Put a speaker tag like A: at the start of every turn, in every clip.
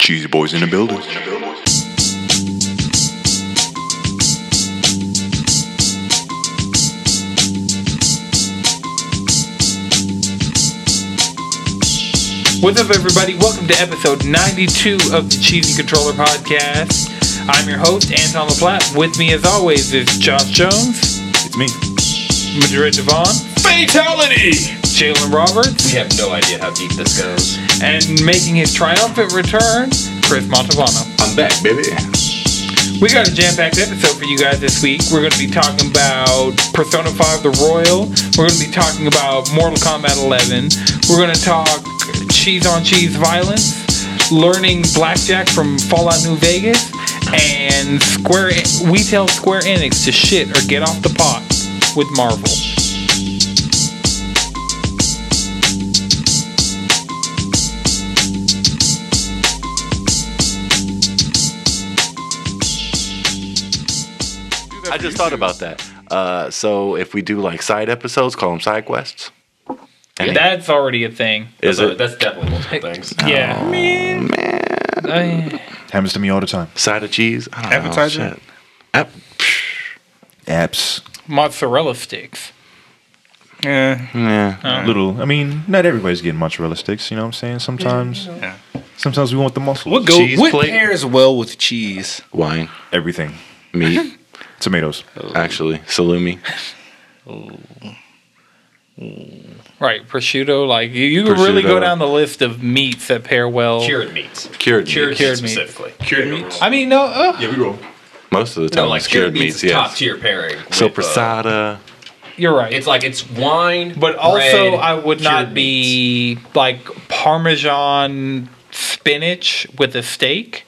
A: Cheesy Boys in the building.
B: What's up, everybody? Welcome to episode 92 of the Cheesy Controller Podcast. I'm your host, Anton LaPlatte. With me, as always, is Josh Jones,
A: It's me.
B: Madrid Devon,
C: Fatality!
B: Jalen Roberts,
C: We have no idea how deep this goes.
B: and making his triumphant return, Chris Montalbano.
C: I'm back, baby.
B: We got a jam packed episode for you guys this week. We're going to be talking about Persona 5 The Royal, we're going to be talking about Mortal Kombat 11, we're going to talk cheese on cheese violence. Learning blackjack from Fallout New Vegas and Square, we tell Square Enix to shit or get off the pot with Marvel.
D: I just thought about that. Uh, so if we do like side episodes, call them side quests. And
B: That's already a thing.
D: is
C: So
D: it
C: Uh, that's definitely multiple things.
B: Yeah. man.
E: Happens to me all the time.
D: side of cheese? I don't know,
E: Appetizer?
D: shit. App-
E: Apps.
B: mozzarella sticks. Yeah.
E: Little. I mean, not everybody's getting mozzarella sticks. You know what I'm saying? Sometimes. Sometimes we want the muscle.
F: What go?
D: Cheese
F: what
D: plate?
F: pairs well with cheese?
D: wine,
E: Everything.
D: meat,
E: Tomatoes.
D: Oh. actually, salumi,
B: Right, prosciutto. Like you, you could really go
D: Prosciutto.
B: down the list of meats that pair well.
C: Cured meats.
D: cured meats.
B: Cured meat.
C: specifically. Cured meats.
B: I mean, no. Uh,
D: Most of the time,
C: No, like
D: it's cured, meats. Yes.
C: top tier pairing.
D: So
C: with, uh,
D: prasada.
B: You're right.
C: It's like it's wine,
B: but also,
C: bread,
B: I would not
C: cured meats.
B: be like Parmesan spinach with a steak.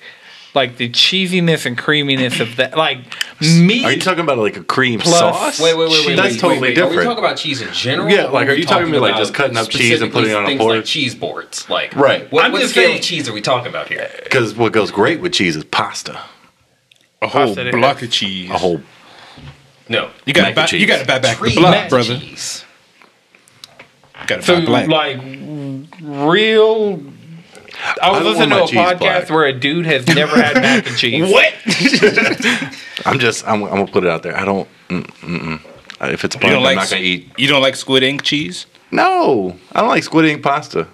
B: Like the cheesiness and creaminess of that, like meat.
D: Are you talking about like a cream
B: Plus-
D: sauce?
C: Wait, wait, wait, wait.
D: That's
C: wait,
D: totally
C: wait, wait. Are we
D: different.
C: talking about cheese in general?
D: Yeah,
C: or
D: like, are
C: we
D: you talking about, like, just cutting up cheese and putting it on a
C: specifically Things like
D: board?
C: cheese boards, like
D: Right.
C: What,
B: I'm
C: what
B: just
C: scale
B: saying-
C: of cheese are we talking about here?
D: Because what goes great with cheese is pasta.
F: A whole
B: said it.
F: block of cheese.
D: A whole
C: No,
D: mac
F: You got
D: and
F: back.
D: cheese.
F: You got to buy back
C: Three
F: the block,
B: mac
F: brother.
C: cheese.
F: Got to
B: So,
F: buy black.
B: like, real. I
D: don't
B: was listening
D: want
B: to a
D: my cheese
B: podcast
D: black.
B: where a dude has never had mac and cheese.
F: what?
D: I'm just. I'm, I'm gonna put it out there. I don't. Mm, mm, mm. If it's
F: You
D: bland,
F: don't
D: I'm
F: like?
D: not gonna eat.
F: You don't like squid ink cheese?
D: No, I don't like squid ink pasta.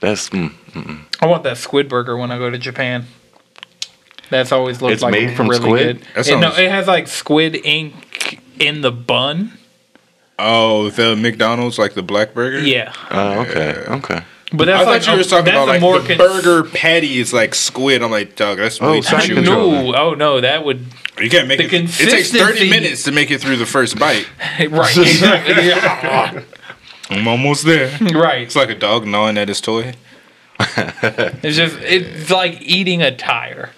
D: That's. Mm.
B: I want that squid burger when I go to Japan. That's always looked
D: It's
B: like
D: made from
B: really
D: squid?
B: good.
F: That
B: It- no,
F: sounds-
B: it has like squid ink in the bun.
F: Oh, the McDonald's like the black burger.
B: Yeah,
D: Oh, okay. Okay.
B: but that's
F: I
B: like
F: thought you
B: a-
F: were talking
B: that's
F: about
B: a
F: like
B: more
F: the
B: cons-
F: burger patty is like squid. I'm like, dog, that's way
D: Oh,
F: too
D: sorry.
F: chewy.
B: No, oh no, that would
F: You can't make
B: The
F: it. It takes 30
B: consistency-
F: minutes to make it through the first bite.
B: right, exactly, yeah.
F: I'm almost there.
B: right.
F: It's like a dog gnawing at his toy.
B: It's just it's like eating a tire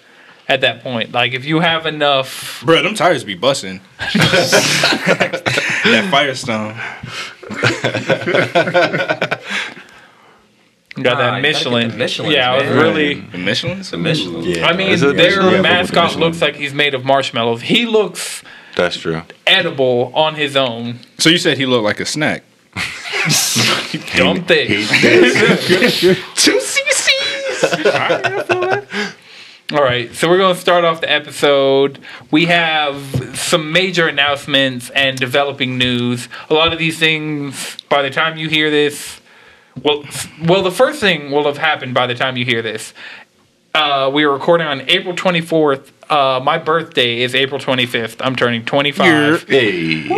B: at that point. Like if you have enough,
F: Bro, them tires be busting. that Firestone.
B: got
C: Nah,
B: that
C: Ah, you gotta get
B: Michelin.
C: the Michelin,
B: yeah, I was
C: man.
B: really.
F: The Michelin's?
C: The Michelin.
B: I mean,
D: Is it-
B: their
D: yeah, I fuck with
B: mascot
D: Michelin.
B: looks like he's made of marshmallows. He looks
D: That's true.
B: edible on his own.
F: So you said he looked like a snack.
B: Dumb thing.
D: Two CCs.
B: All right, so we're going to start off the episode. We have some major announcements and developing news. A lot of these things, by the time you hear this, well, well, the first thing will have happened by the time you hear this. Uh, we are recording on April 24th. Uh, my birthday is April 25th. I'm turning 25.
D: Hey.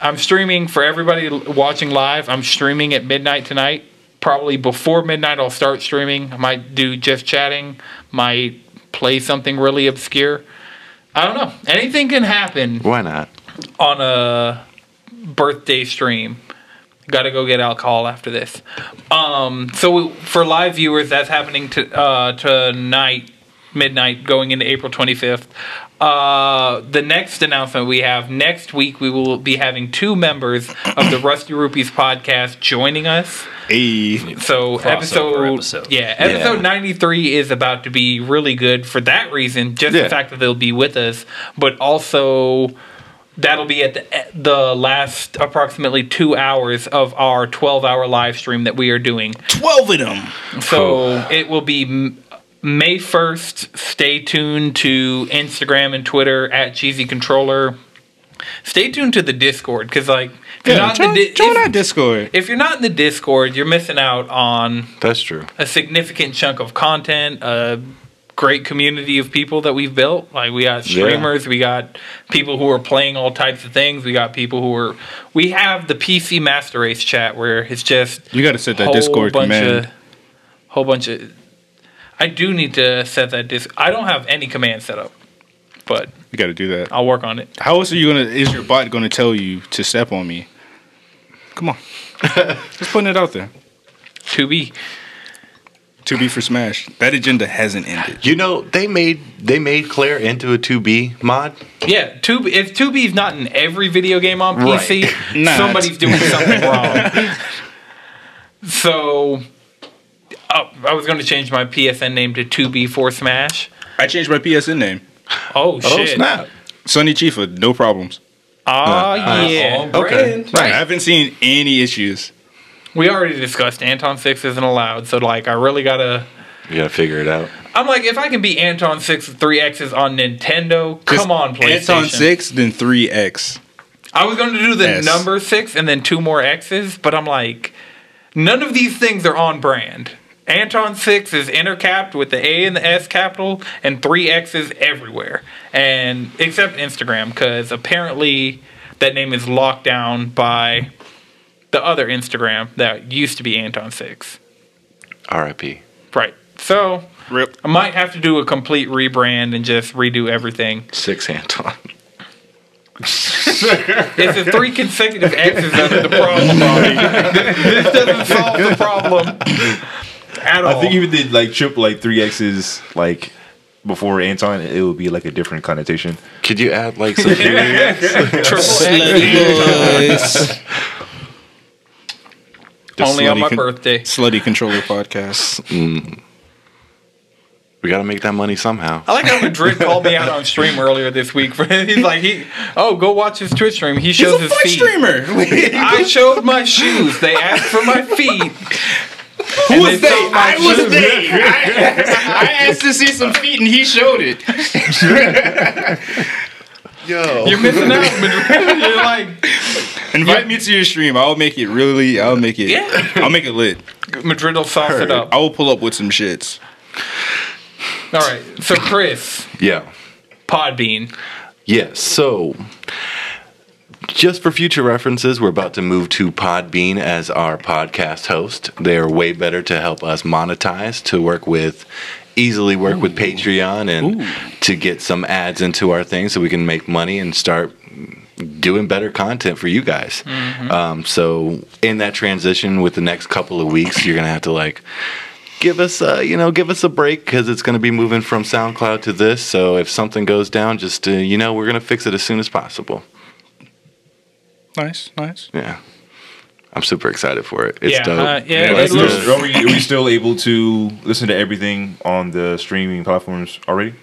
B: I'm streaming for everybody l- watching live. I'm streaming at midnight tonight. Probably before midnight, I'll start streaming. I might do just chatting. Might play something really obscure. I don't know. Anything can happen
D: Why not?
B: on a birthday stream. Got to go get alcohol after this. Um, so we, for live viewers, that's happening to, uh, tonight, midnight, going into April 25th. Uh, the next announcement we have next week, we will be having two members of the Rusty Rupees podcast joining us.
F: Hey.
B: So episode,
C: episode.
B: yeah, episode
D: Yeah.
B: 93 is about to be really good for that reason, just
D: Yeah.
B: the fact that they'll be with us, but also that'll be at the the last approximately 2 hours of our 12-hour live stream that we are doing.
F: 12 of them.
B: So it will be m- May 1st, stay tuned to Instagram and Twitter at Cheesy Controller. Stay tuned to the Discord because, like, if you're
F: Yeah,
B: not in
F: join,
B: the di-
F: join our
B: if,
F: Discord.
B: if you're not in the Discord, you're missing out on
D: That's true.
B: a significant chunk of content, a great community of people that we've built. Like we got streamers, we got people who are playing all types of things, we got people who are we have the PC Master Race chat where it's just
F: You got to set that Discord command.
B: of whole bunch of I do need to set that disc I don't have any command set up, but
F: You got to do that.
B: I'll work on it.
F: How else are you gonna? Is your bot gonna tell you to step on me? Come on, just putting it out there.
B: To be
F: To be for Smash. That agenda hasn't ended.
D: You know, they made they made Claire into a 2B mod.
B: yeah, two if two B's not in every video game on
D: Right.
B: PC,
F: Nah.
B: somebody's doing something wrong. So oh, I was going to change my PSN name to 2B for Smash.
F: I changed my PSN name.
B: Oh
D: Oh
B: shit!
D: snap!
F: Sonny Chifa, no problems.
B: Ah yeah.
C: All brand.
F: I haven't seen any issues.
B: We already discussed Anton Six isn't allowed, so like I really gotta.
D: You gotta figure it out.
B: I'm like, if I can be Anton Six with three X's on Nintendo,
F: Just
B: come on, PlayStation.
F: Anton six, then three X.
B: I was going to do the
F: Yes.
B: number six and then two more X's, but I'm like, none of these things are on brand. Anton six is intercapped with the A and the S capital and three X's everywhere, and except Instagram, because apparently that name is locked down by the other Instagram that used to be Anton six.
D: R.I.P.
B: Right. So
F: Rip.
B: I might have to do a complete rebrand and just redo everything.
D: Six Anton.
B: It's the three consecutive X's that are the problem. this, this doesn't solve the problem at all.
E: I think even did like triple like three X's like before Anton, it would be like a different connotation.
D: Could you add like some? period?
B: Triple X
F: The
B: only on
F: slutty
B: my
F: con-
B: birthday.
F: Slutty Controller Podcast.
D: we gotta make that money somehow.
B: I like how Madrid called me out on stream earlier this week. For he's like, he oh, go watch his Twitch stream. He shows his feet.
F: streamer.
B: I showed my shoes. They asked for my feet. Who
F: was they? I was they. I, I asked to see some feet and he showed it.
D: Yo,
B: You're missing out, Madrid. You're like
F: Invite me to your stream. I'll make it really. I'll make it.
B: Yeah.
F: I'll make it lit.
B: Madrid will sauce it up.
F: I will pull up with some shits.
B: All right. So Chris,
D: yeah.
B: Podbean.
D: Yes. So, just for future references, we're about to move to Podbean as our podcast host. They're way better to help us monetize, to work with, easily work with Patreon, and to get some ads into our thing so we can make money and start doing better content for you guys. Um, so, in that transition with the next couple of weeks, you're going to have to like, give us a you know give us a break because it's going to be moving from SoundCloud to this. So if something goes down, just uh, you know we're going to fix it as soon as possible.
F: Nice, nice.
D: Yeah, I'm super excited for it. It's
B: yeah,
D: dope.
B: uh, yeah.
E: Yeah,
B: it
E: that's
B: looks-
E: good. are, we, are we still able to listen to everything on the streaming platforms already?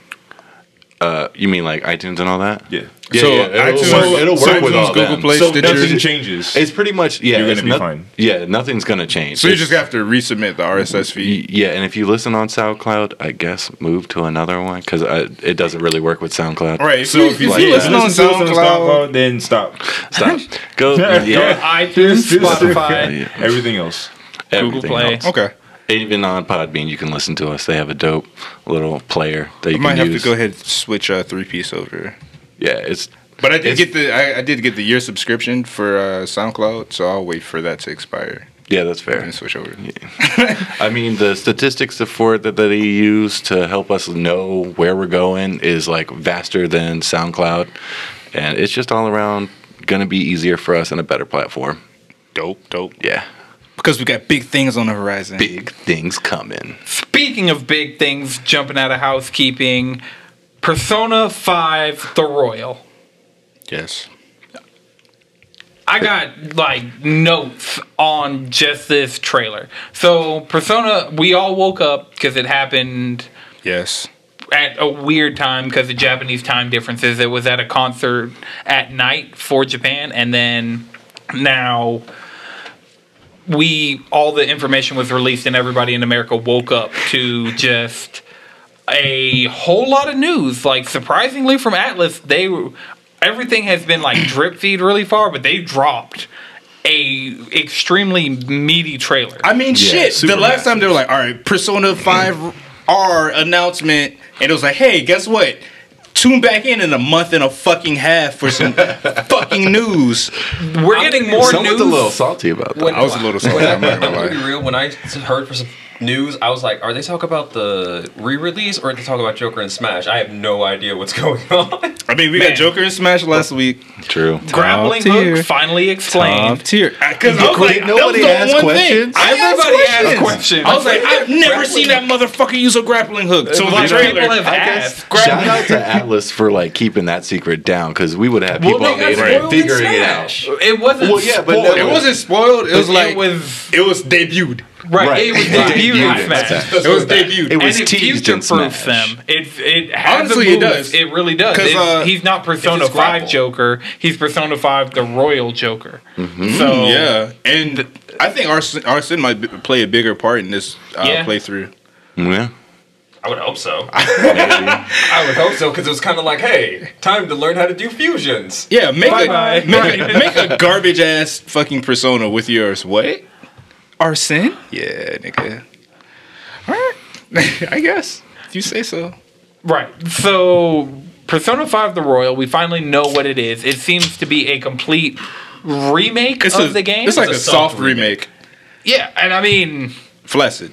D: Uh, you mean like iTunes and all that?
E: Yeah.
D: Yeah,
F: So,
D: yeah, it'll
F: iTunes-
D: work, it'll
F: so
D: work with
F: iTunes,
D: all
F: Google
D: them.
F: Play,
E: so
F: Stitcher-
E: nothing changes.
D: It's pretty much yeah.
E: You're gonna
D: it's
E: be fine.
D: Yeah, nothing's going to change.
F: So you
D: It's-
F: just have to resubmit the RSS feed.
D: y- yeah, and if you listen on SoundCloud, I guess move to another one because it doesn't really work with SoundCloud.
F: All right. So if you,
D: Like
F: if you
D: that.
F: listen on
E: Listen to us on
F: SoundCloud,
E: then stop.
D: Stop. Go. Yeah.
B: iTunes, Spotify,
E: Everything else.
B: Google
D: everything
B: Play.
D: else.
F: okay.
D: Even on Podbean, you can listen to us. They have a dope little player that you
F: I might
D: can
F: have
D: use.
F: to go ahead and switch uh, three piece over.
D: Yeah, it's
F: But I did
D: It's-
F: get the I, I did get the year subscription for uh, SoundCloud, so I'll wait for that to expire
D: yeah, that's fair.
F: and switch over.
D: I mean, the statistics for that that they use to help us know where we're going is like vaster than SoundCloud, and it's just all around gonna be easier for us and a better platform.
F: Dope, dope.
D: Yeah,
F: Because we got big things on the horizon.
D: big things coming.
B: Speaking of big things jumping out of housekeeping, Persona 5 The Royal.
F: Yes.
B: I got like notes on just this trailer. So, Persona, we all woke up because it happened
F: Yes.
B: at a weird time because of Japanese time differences. It was at a concert at night for Japan, and then now we all the information was released, and everybody in America woke up to just a whole lot of news. Like surprisingly from Atlas, they everything has been like drip feed really far, but they dropped a extremely meaty trailer.
F: I mean, shit. The
E: super
F: last time they were like, all right, Persona 5 R announcement, and it was like, hey, guess what? Tune back in in a month and a fucking half for some fucking news.
B: We're getting more
D: Someone's
B: news.
D: a little salty about that.
C: When-
F: I was a little salty. I'm not gonna
C: I'm gonna
F: lie.
C: be real. When I heard for some news, I was like, "Are they talking about the re-release or are they talking about Joker and Smash?" I have no idea what's going on.
F: I mean, we got Joker and Smash last week. Uh,
D: True.
B: Grappling
F: Top
B: hook
F: tier.
B: finally
F: Top
B: explained.
F: tier. Because
D: Nobody asked questions?
F: I
B: Everybody
F: asked
B: has
F: questions.
B: questions.
F: I was like, I've never
C: Grappling
F: seen that motherfucker use a grappling hook. So the
B: People
F: trailer.
B: have
D: I guess
B: asked.
D: shout out to Atlas for like keeping that secret down because we would have
B: Well,
D: people on the
B: they got
D: internet
B: spoiled in
D: figuring it
B: Smash.
D: out.
B: It wasn't.
D: Well, yeah, but
B: spoiled.
D: no-
F: It wasn't spoiled. It was
B: It
F: like
B: was-
F: it was debuted.
B: right. It was debuted
D: Right.
B: in
D: Debuted in
B: Smash.
F: It was debuted.
D: It was
B: and it
D: teased in
B: future-proofs
D: Smash.
B: them. It it has
F: Honestly,
B: a
F: it
B: move.
F: does.
B: It really does.
F: 'Cause,
B: It's-
F: uh,
B: he's not Persona
C: it's
B: Five
C: grapple.
B: Joker. He's Persona Five the Royal Joker. So
F: Yeah, and I think Arsene, Arsene might b- play a bigger part in this uh,
B: Yeah.
F: playthrough.
D: Yeah.
C: I would hope so. I would hope so because it was kind of like, "Hey, time to learn how to do fusions."
F: Yeah, make
B: Bye-bye.
F: a make, a make a garbage ass fucking persona with yours. What? Arsene? Yeah, nigga. All right, I guess if you say so.
B: right. So Persona Five the Royal. We finally know what it is. It seems to be a complete remake
F: It's
B: of
F: a,
B: the game.
F: It's like
C: It's
F: a,
C: a
F: soft
C: soft
F: remake.
B: yeah, and I mean.
F: Flaccid.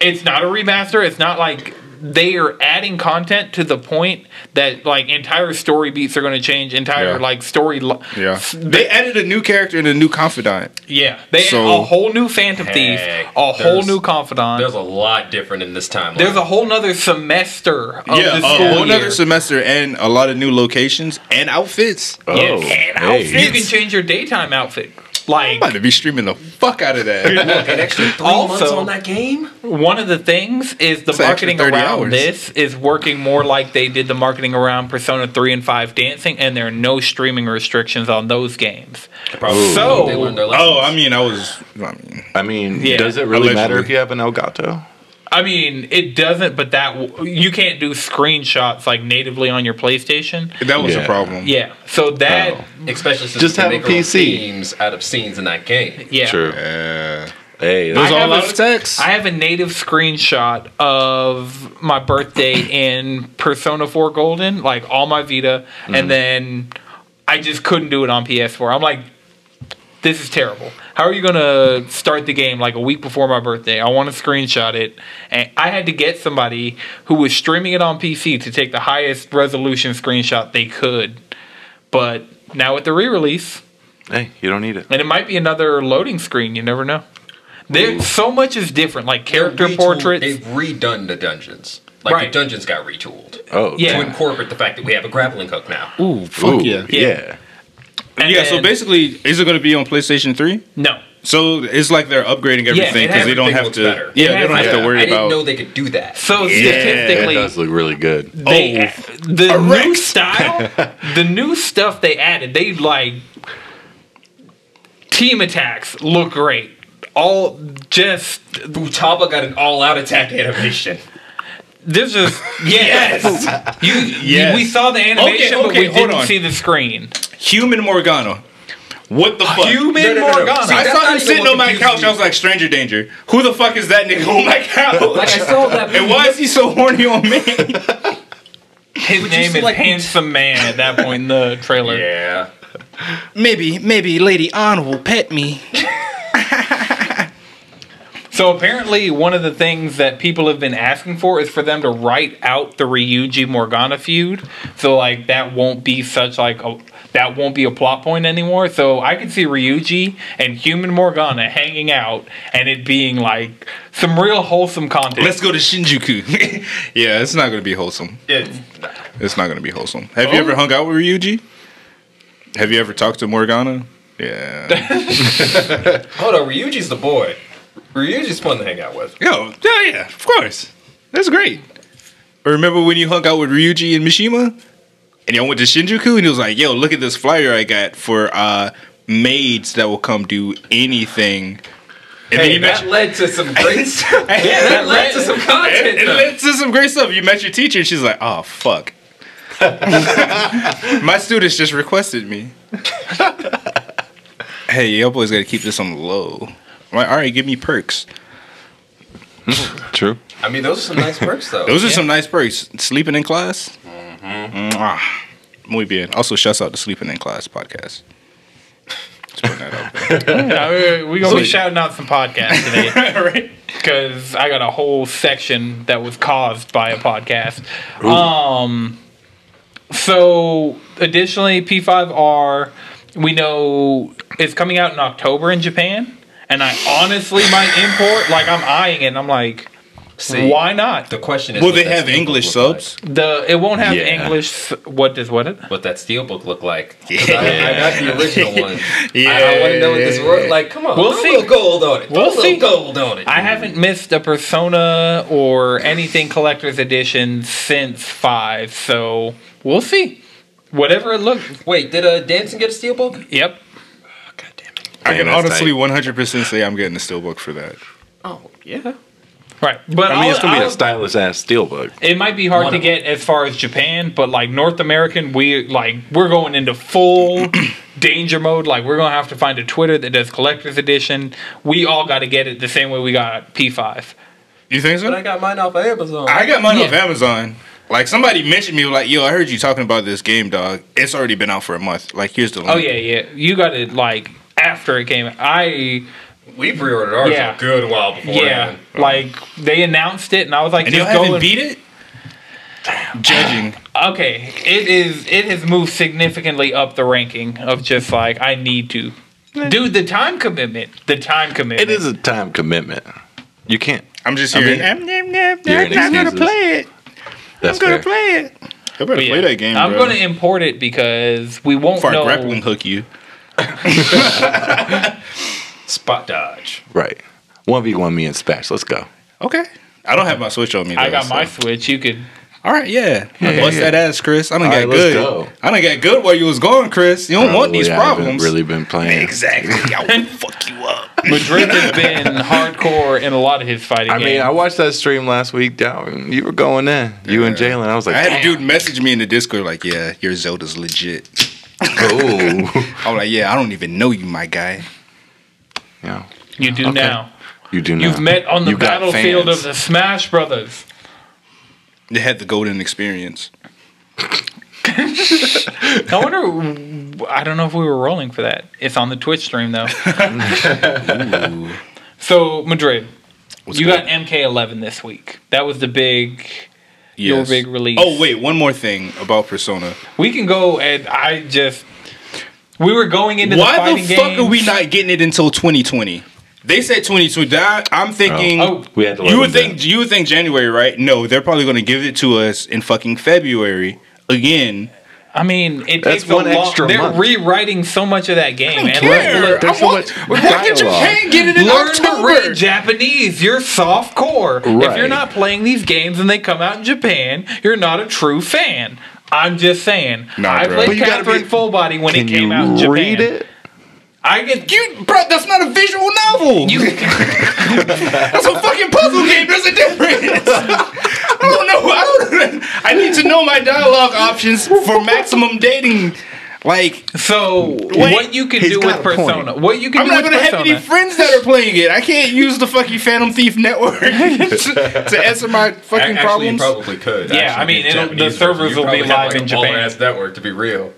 B: it's not a remaster. It's not like they are adding content to the point that like entire story beats are going to change. Entire
F: Yeah.
B: like story. Lo-
F: Yeah,
B: S-
F: they added a new character and a new confidant.
B: yeah. They
F: So-
B: a whole new Phantom Thief,
C: Heck,
B: a whole
C: there's-
B: new confidant.
C: There's
B: There's a,
C: a lot different in this timeline.
B: whole nother semester. Of
F: yeah,
B: this
F: a
B: school
F: whole
B: year.
F: nother semester and a lot of new locations and outfits.
D: Oh,
B: Yes.
D: hey.
B: You can change your daytime outfit. Like
F: I'm about to be streaming the fuck out of that.
C: an extra three months
B: Also-
C: on that game.
B: one of the things is the
F: an extra
B: marketing
F: 30
B: around
F: hours.
B: this is working more like they did the marketing around Persona 3 and 5 dancing and there are no streaming restrictions on those games.
C: Probably
B: So-
C: they learned their lesson.
F: Oh, I mean, I was. I mean,
D: I mean,
B: Yeah.
D: does it really matter
F: Allegedly.
D: if you have an Elgato?
B: I mean, it doesn't, but that w- you can't do screenshots like natively on your PlayStation.
F: that was
D: Yeah.
F: a problem.
B: Yeah, so that
D: Mm-hmm. Oh.
C: especially since
D: Just
C: they
D: have a
C: make their own
D: PC.
C: themes out of scenes in that game.
B: yeah.
D: True.
F: Yeah.
D: Hey,
B: I
D: that's
F: There's a
B: have
F: lot
B: a-
F: of text.
B: I have a native screenshot of my birthday in Persona 4 Golden, like all my Vita, and then I just couldn't do it on PS4. I'm like, this is terrible. How are you gonna start the game like a week before my birthday? I want to screenshot it, and I had to get somebody who was streaming it on PC to take the highest resolution screenshot they could. But now with the re-release,
D: hey, you don't need it.
B: and it might be another loading screen. You never know. There, so much is different, like character
C: They retooled-
B: portraits.
C: They've redone the dungeons. Like
B: Right.
C: the dungeons got retooled
D: Oh,
B: Yeah.
C: to incorporate the fact that we have a grappling hook now.
F: Ooh,
D: Ooh,
F: yeah.
D: yeah.
B: Yeah. and
F: Yeah, so
B: then-
F: basically, is it going to be on PlayStation 3?
B: no,
F: So it's like they're upgrading
B: Yeah,
F: everything
B: it
F: because they
B: has-
F: don't
C: everything
F: have
C: looks
F: to.
C: better.
F: Yeah,
B: It
F: they
B: has-
F: don't have
B: yeah.
F: to worry
C: I didn't
F: about.
C: know they could do that.
B: so
D: It
B: statistically,
D: does look really good.
B: they
F: Oh.
B: the
F: A
B: new
F: Rex.
B: style, the new stuff they added. They like team attacks look great. All just
C: Futaba got an all-out attack animation.
B: this is yes. you,
F: Yes.
B: we saw the animation,
F: Okay,
B: but
F: okay,
B: we
F: hold
B: didn't
F: on.
B: see the screen.
F: Human Morgana. What the fuck?
B: Human
C: No, no, no, no.
B: Morgana.
C: Uh, See,
F: I
C: That's
F: saw
C: not
F: him
C: even
F: sitting
C: what
F: on my
C: confused
F: couch.
C: me.
F: I was like, Stranger Danger. Who the fuck is that nigga on my
C: Like I
F: couch?
C: saw that.
F: and why is he so horny on me?
B: His
C: you
B: name
C: see,
B: is
C: like,
B: Handsome Man at that point in the trailer.
C: Yeah.
F: maybe, maybe Lady An will pet me.
B: So apparently, one of the things that people have been asking for is for them to write out the Ryuji Morgana feud. So like that won't be such like a that won't be a plot point anymore. So I could see Ryuji and Human Morgana hanging out and it being like some real wholesome content.
F: Let's go to Shinjuku. yeah, it's not going to be wholesome.
C: It's-
F: It's not going to be wholesome. Have
C: Oh.
F: you ever hung out with Ryuji? Have you ever talked to Morgana? Yeah.
C: hold on, Ryuji's the boy. Ryuji's fun to hang out with.
F: Yo, yeah, yeah, of course. That's great. Remember when you hung out with Ryuji and Mishima? And y'all went to Shinjuku and he was like, yo, look at this flyer I got for uh maids that will come do anything And then
C: Hey,
F: you met
C: that
F: your-
C: led to some great stuff. Yeah, that led to some content.
F: it
C: though.
F: led to some great stuff. You met your teacher, and she's like, "Oh fuck." My students just requested me. hey, your boy's gotta keep this on the low. I'm like, all right, give me perks.
D: True.
C: I mean, those are some nice perks, though.
F: Those are some nice perks. Sleeping in class. Mwah. Muy bien. Also, shouts out the Sleeping in Class podcast. Just putting that out there.
B: We're, going to be shouting out some podcasts today. Because I got a whole section that was caused by a podcast. Um, so, additionally, P5R, we know is coming out in October in Japan. And I honestly might import, like, I'm eyeing it. And I'm like,
C: See,
B: why not?
C: The question is,
F: Will
C: what
F: they
C: that
F: have
C: steelbook
F: English
C: look like.
F: subs?
B: The It won't have
D: Yeah.
B: English. What does what? It,
C: What that steelbook look like? 'Cause I, I got the original one.
F: Yeah,
C: I, want to know what this
F: yeah,
C: word like. Come on,
B: We'll
C: put
B: see.
C: a little gold on it. Put
B: We'll
C: a little
B: see.
C: gold on it.
B: I haven't missed a Persona or anything collector's edition since five, so we'll see. Whatever it looks.
C: Wait, did uh, Danson get a steelbook?
B: Yep.
C: God damn it.
F: I can
D: Damn, that's
F: honestly
D: tight.
F: 100% say I'm getting a steelbook for that.
C: Oh yeah.
B: Right, but
F: I mean, it's
B: I'll-
F: gonna be
B: I'll-
D: That stylish ass steelbook.
B: it might be hard
C: One
B: to
C: of them.
B: get as far as Japan, but like North American, we like we're going into full danger mode. Like we're gonna have to find a Twitter that does collector's edition. We all got to get it the same way we got P five.
F: You think so?
C: But I got mine off of Amazon.
F: I got mine off
B: Yeah.
F: Amazon. Like somebody mentioned me, like, yo, I heard you talking about this game, dog. It's already been out for a month. Like, here's the link.
B: Oh yeah, yeah. You got it like after it came. I
C: we pre-ordered ours
B: Yeah.
C: a good while before.
B: Yeah, like they announced it, and I was like,
F: and you
B: just go
F: haven't
B: and-
F: beat it. Judging,
B: Okay, it is. It has moved significantly up the ranking of just like I need to, dude. The time commitment. The time commitment.
D: It is a time commitment. You can't.
F: I'm just hearing.
D: I
F: I'm, I'm,
D: hearing
F: gonna
D: excuses.
F: play it.
D: That's
F: I'm
D: fair.
F: gonna play it. I better
B: But yeah,
F: play that game.
B: I'm
F: bro.
B: gonna import it because we won't
F: Before I
B: know.
F: grappling hook you.
C: spot dodge.
D: Right. One v one me and Spatch. Let's go.
F: Okay. I don't have my switch on me. Though,
B: I got
F: so-
B: my switch. You could.
F: All right, yeah. Bust
D: yeah.
F: that ass, Chris. I done
D: All
F: got
D: right, let's
F: good.
D: go.
F: I done got good while you was gone, Chris. You don't want these
D: Probably I haven't
F: problems.
D: Really been playing.
F: Exactly. I will fuck you up.
B: Madrid has been hardcore in a lot of his fighting.
D: I mean,
B: games.
D: I watched that stream last week. Down, you were going in. You and Jalen. I was like,
F: I had a
D: damn.
F: dude message me in the Discord like, "Yeah, your Zelda's legit."
D: Oh.
F: I'm like, "Yeah, I don't even know you, my guy."
D: yeah.
B: you do now.
D: You do.
B: You've
D: not.
B: met on the
D: You got
B: battlefield
D: fans.
B: of the Smash Brothers.
F: They had the golden experience.
B: I wonder. I don't know if we were rolling for that. It's on the Twitch stream though. so Madrid, you got MK11 this week. That was the big. Your big release.
F: Oh wait, one more thing about Persona.
B: We can go and I just. We were going into the
F: Why the,
B: fighting
F: fuck
B: games.
F: are we not getting it until 2020? They said 2020. I, I'm thinking.
B: Oh.
D: We had to. let
F: You would
D: them down.
F: think you would think January, right? No, they're probably going to give it to us in fucking February again.
B: I mean, it
D: That's
B: takes a
D: one
B: long.
D: extra
B: they're
D: month.
B: rewriting so much of that game.
F: I don't
B: and
F: care.
B: Like,
D: there's
F: I
D: so much
F: want- look at Japan
D: dialogue.
F: getting it in
B: Learn to
F: October.
B: read Japanese. You're soft core. If you're
D: Right.
B: not playing these games and they come out in Japan, you're not a true fan. I'm just saying.
F: Nah,
B: I
F: bro.
B: played
F: But
D: you gotta
B: Catherine
D: be-
B: Fullbody when it
D: Can
B: came
D: you
B: out in Japan.
D: read it?
B: I get
F: You, bro, that's not a visual novel.
B: you.
F: that's a fucking puzzle game. There's a difference. I don't know. I don't. I need to know my dialogue options for maximum dating. Like,
B: So what you can
D: he's
B: do
D: got
B: with
D: a point.
B: Persona? What you can
F: I'm
B: do
F: not
B: with
F: gonna have
B: Persona?
F: any friends that are playing it. I can't use the fucking Phantom Thief network to, to answer my
C: A-
F: fucking
C: Actually, you
F: problems.
C: probably could.
B: Yeah,
C: Actually,
B: I mean,
C: the
B: it'll- the
C: Japanese
B: servers
C: version, you
B: will be
C: probably have,
B: live
C: like,
B: in
C: a
B: Japan.
C: baller-ass network to be real.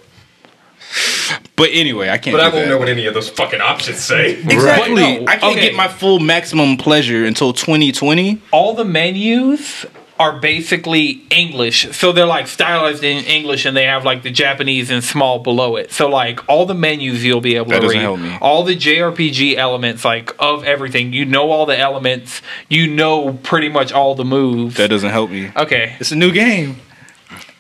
F: But anyway, I can't.
C: But
F: do
C: I won't
F: that.
C: know what any of those fucking options say.
F: Exactly.
B: Right. No,
F: I can't
B: okay.
F: get my full maximum pleasure until 2020.
B: all the menus are basically English. So they're like stylized in English and they have like the Japanese in small below it. So like all the menus you'll be able
F: That
B: to
F: doesn't
B: read.
F: help me.
B: All the JRPG elements like of everything. You know all the elements. You know pretty much all the moves.
F: That doesn't help me.
B: okay.
F: It's a new game.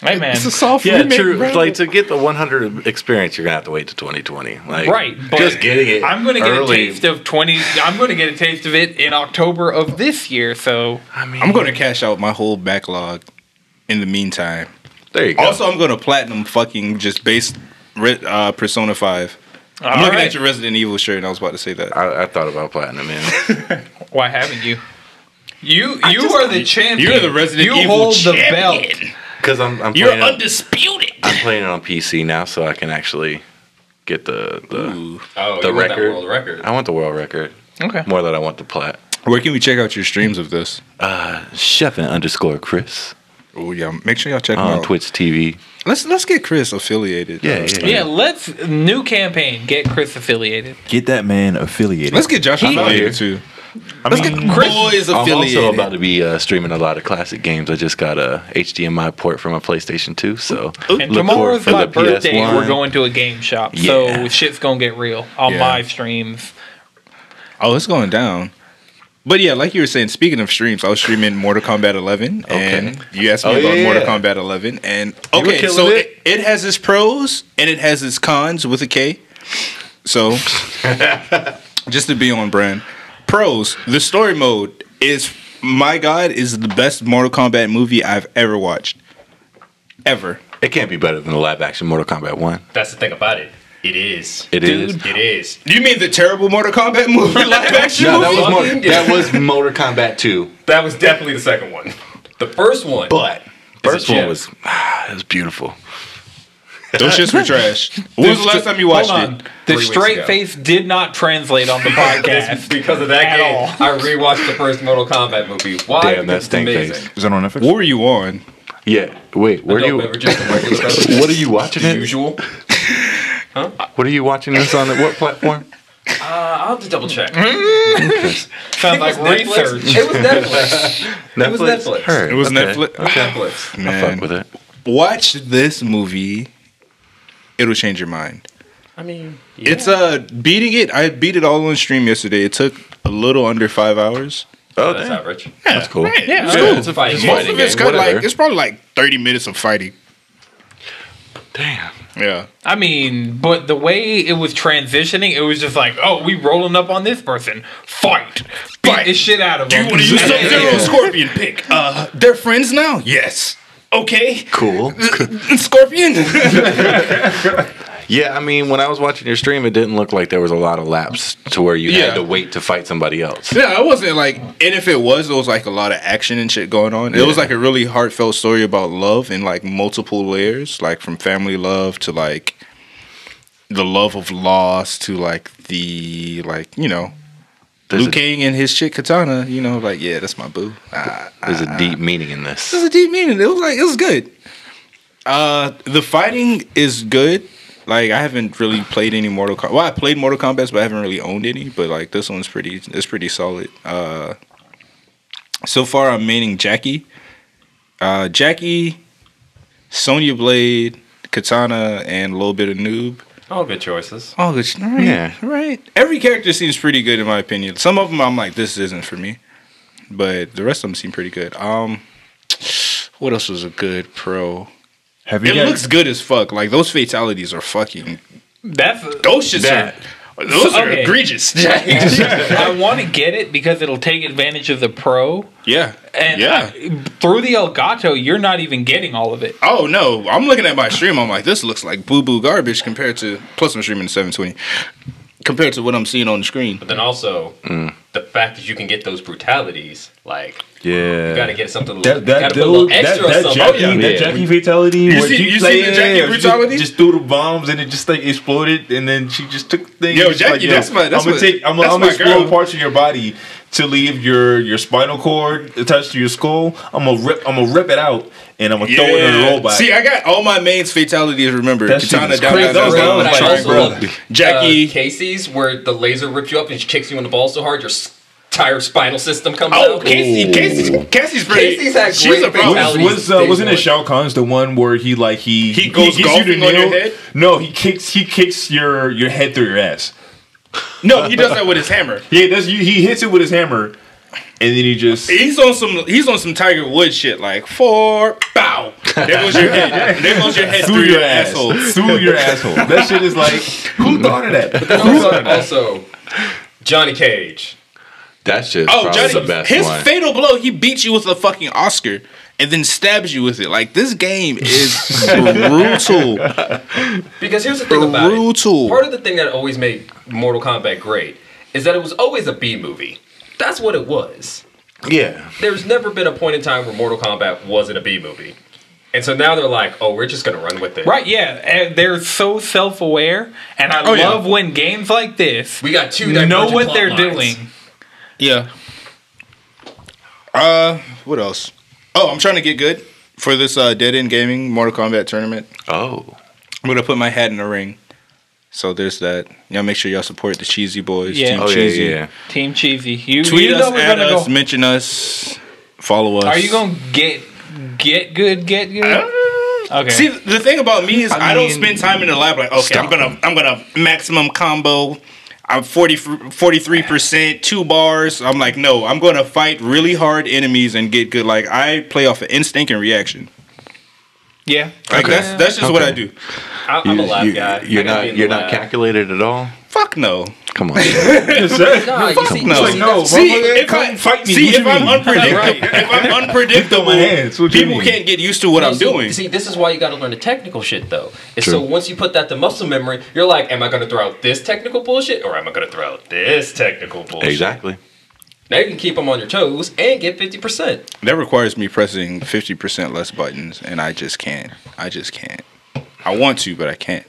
B: Hey man.
F: It's a soft
D: Yeah,
F: remake,
D: true.
F: bro.
D: Like to get the 100 experience, you're gonna have to wait to 2020. Like,
B: Right, but
D: just getting it.
B: I'm going to get a
D: early.
B: taste of 20 I'm going to get a taste of it in October of this year. So
D: I mean,
F: I'm going to cash out my whole backlog in the meantime.
D: There you go.
F: Also, I'm going to platinum fucking just base re- uh, Persona 5. I'm
B: All
F: looking
B: right.
F: at your Resident Evil shirt, and I was about to say that.
D: I, I thought about platinum, man.
B: Why haven't you? You you are the champion.
F: You're the Resident
B: you
F: Evil
B: hold the
F: champion.
B: belt.
D: Because I'm, I'm
F: You're
D: playing. it-
F: undisputed.
D: I'm playing it on PC now, so I can actually get the the.
C: Oh,
D: The
C: you want that
D: record.
C: world record.
D: I want the world record
B: Okay.
D: more than I want the plat.
F: Where can we check out your streams of this?
D: Chefin underscore Chris
F: Oh yeah, make sure y'all check them
D: on
F: out.
D: Twitch TV.
F: Let's let's get Chris affiliated.
D: Yeah,
F: Uh,
D: yeah,
B: Yeah, let's new campaign. Get Chris affiliated.
E: Get that man affiliated.
F: Let's get Josh
B: He-
F: affiliated too.
E: I
F: Let's
E: mean,
F: get boys
D: I'm
F: affiliated.
D: also about to be uh, streaming a lot of classic games. I just got a HDMI port for my PlayStation 2, so
B: And tomorrow's my birthday.
D: PS1.
B: We're going to a game shop,
D: Yeah.
B: so shit's gonna get real on
F: Yeah.
B: my streams.
F: oh, it's going down. But yeah, like you were saying, speaking of streams, I was streaming Mortal Kombat 11, and you asked me
D: Oh,
F: about
D: yeah,
F: Mortal
D: yeah.
F: Kombat 11, and
D: were
F: okay,
D: killing
F: so
D: it.
F: it. it has its pros and it has its cons with a K. So, just to be on brand, pros: the story mode is my god is the best Mortal Kombat movie I've ever watched, ever.
D: It can't be better than the live action Mortal Kombat 1.
A: That's the thing about it. It is.
D: It is.
A: It is.
F: You mean the terrible Mortal Kombat movie live action
D: No,
F: movie?
D: that was Mor-
C: Fucking-
D: that was Mortal Kombat 2.
A: That was definitely the second one.
C: The first one.
D: But first one
C: gem.
D: was ah, it was beautiful.
F: Those shits were trash. When was the last time you watched
B: Hold on.
F: it?
B: The
C: weeks
B: straight
C: ago.
B: face did not translate on the
C: It's
B: podcast.
C: because of that
B: At
C: game,
B: all.
C: I rewatched the first Mortal Kombat movie. Why?
D: Damn, that
C: Because it's
D: stank
C: amazing.
D: face.
E: Is that on Netflix?
F: What were you on?
D: Yeah. Wait, where
C: Adult
D: do you
C: beverages and regular beverages.
D: What are you watching
C: The
D: it?
C: usual. Uh,
D: What are you watching this on? What platform?
C: I'll have to double check.
B: Sounds like research.
C: Netflix. It was Netflix. It was Netflix.
D: Heard.
F: It was
D: Okay.
F: Netflix.
C: Netflix.
D: I
F: Man,
D: fuck with it.
F: watch this movie. It'll change your mind.
A: I mean,
F: It's uh beating it. I beat it all on stream yesterday. It took a little under five hours.
D: Oh,
C: That's
D: damn.
C: average.
F: That's
D: cool.
F: Yeah, it's
D: Yeah,
F: cool.
D: it's a
C: Fighting
D: it's
C: game.
F: Most
D: fighting
F: of it's
D: game,
F: got like
D: whatever.
F: it's probably like thirty minutes of fighting.
D: Damn.
F: Yeah.
B: I mean, but the way it was transitioning, it was just like, oh, we rolling up on this person. Fight. Beat
F: Fight.
B: this shit out of them.
F: Sub-Zero Scorpion pick? Uh, they're friends now. Yes. Okay.
D: Cool.
F: Scorpion.
D: Yeah, I mean, when I was watching your stream, it didn't look like there was a lot of laps to where you
F: Yeah.
D: had to wait to fight somebody else.
F: yeah, it wasn't like, and if it was, there was like a lot of action and shit going on. It was like a really heartfelt story about love in like multiple layers, like from family love to like the love of loss to like the like you know
D: There's,
F: Liu
D: a,
F: Kang and his shit katana. You know, like yeah, that's my boo.
D: there's a deep meaning in
F: It
D: this.
F: was a deep meaning. It was like it was good. Uh, the fighting is good. Like I haven't really played any Mortal Kombat. Well, I played Mortal Kombat, but I haven't really owned any. But like this one's pretty. It's pretty solid. Uh, so far I'm maining Jackie, uh, Jackie, Sonya Blade, Katana, and a little bit of Noob.
C: All good choices.
F: Oh, good. Right,
D: Yeah.
F: right. Every character seems pretty good in my opinion. Some of them I'm like, this isn't for me, but the rest of them seem pretty good. Um, what else was a good pro?
E: Have you
F: It
E: guys-
F: looks good as fuck. Like those fatalities are fucking.
B: That's.
F: Those shits
D: That.
F: are. Those are
B: Okay.
F: egregious.
B: I want to get it because it'll take advantage of the pro.
F: yeah.
B: And
F: yeah.
B: I- through the Elgato, you're not even getting all of it.
F: Oh no! I'm looking at my stream. I'm like, this looks like boo boo garbage compared to. Plus, I'm streaming to 720. Compared to what I'm seeing on the screen.
A: but then also
D: Mm.
A: the fact that you can get those brutalities, like
E: Yeah.
A: you gotta get something. a
E: That
A: little-
E: that
A: gotta put a little
E: dude, that,
A: extra or
E: that
A: something.
E: Jackie,
A: Oh, yeah.
E: that
D: Yeah.
E: Jackie fatality. where
F: see-
E: she-
F: you see the Jackie
E: she
F: brutality?
E: Just, threw the bombs and it just like exploded, and then she just took things.
F: Yo,
E: It's like,
F: Jackie, that's my- that's
E: I'm gonna
F: my-
E: take. I'm,
F: that's
E: gonna- I'm gonna
F: my
E: explode
F: girl.
E: parts of your body to leave your your spinal cord attached to your skull. I'm gonna rip. I'm gonna rip it out, and I'm gonna throw it in a robot.
F: See, I got all my mains fatalities. Remember,
E: That shit
F: Katana
E: is
F: down,
E: crazy.
F: down,
E: That was
F: down,
E: what I
F: down,
E: also
F: down,
E: loved.
F: down. Jackie.
A: uh, Casey's where the laser rips you up and she kicks you in the ball so hard your s- entire spinal system comes
F: Oh,
A: out.
F: Casey, Casey, Casey's pretty.
A: Casey's had
F: she's
A: great
F: a problem.
A: fatality.
E: was, was, uh,
A: Day
E: wasn't
A: one.
E: it Shao Kahn's the one where he like he
F: He goes
E: gets you to
F: golfing on
E: kneel?
F: your head?
E: No, he kicks he kicks your your head through your ass.
F: No, he does that with his hammer.
E: Yeah, that's you, he hits it with his hammer, and then he just
F: He's on some. He's on some Tiger Woods shit. Like four, bow. There goes your head. There goes your head
E: through your asshole. Through your asshole. That shit is like, who thought of that? Who thought
C: Also,
E: of that?
C: also, Johnny Cage.
D: That's just
F: Oh,
D: probably
F: Johnny,
D: the best
F: his
D: one.
F: fatal blow. He beat you with a fucking Oscar. and then stabs you with it. Like this game is brutal.
C: Because here's the thing about
F: Brutal.
C: it. Part of the thing that always made Mortal Kombat great is that it was always a B movie. That's what it was.
D: Yeah.
C: There's never been a point in time where Mortal Kombat wasn't a B movie. And so now they're like, oh, we're just going to run with it.
B: Right, yeah, and they're so self-aware, and I
F: Oh, yeah.
B: love when games like this
C: We got two
B: know
C: divergent
B: what
C: plot
B: they're
C: lines.
B: doing.
F: Yeah. Uh, what else? Oh, I'm trying to get good for this uh, Dead End Gaming Mortal Kombat tournament.
D: Oh.
F: I'm gonna put my hat in the ring. So there's that. Y'all make sure y'all support the Cheesy Boys.
B: Yeah.
F: Team
D: Oh yeah,
F: Cheesy.
D: yeah, yeah.
B: Team Cheesy, you,
F: Tweet
B: you know
F: us,
B: we're
F: add
B: gonna
F: us,
B: go.
F: mention us, follow us.
B: Are you gonna get get good, get good? Okay.
F: See, the thing about me is I,
B: I
F: don't
B: mean-
F: spend time in the lab. Like, okay, I'm gonna I'm gonna maximum combo. I'm 43 percent, two bars. I'm like, no, I'm gonna fight really hard enemies and get good. Like, I play off of instinct and reaction.
B: yeah.
F: Like that's that's just what I
D: Okay.
F: do.
C: I, I'm a lab
D: you,
C: guy. I
D: You're
C: gotta be
D: not.
C: in the
D: You're not
C: lab.
D: calculated at all.
F: Fuck no.
D: Come on. man.
E: Oh,
C: Nah, you see,
D: no.
C: you
E: Like,
C: see,
E: no,
C: that's-
F: See,
E: motherfucker,
F: if
E: come
F: I
E: fight me.
F: see
E: What you
F: if I'm
E: mean?
F: unpredictable, if I'm unpredictable,
E: my hands. What you
F: people
E: mean?
F: can't get used to what I'm
C: see-
F: doing.
C: See, this is why you got to learn the technical shit, though. And so
D: True.
C: once you put that to muscle memory, you're like, am I going to throw out this technical bullshit or am I going to throw out this technical bullshit?
D: exactly.
C: Now you can keep them on your toes and get 50%.
F: That requires me pressing 50% less buttons, and I just can't. I just can't. I want to, but I can't.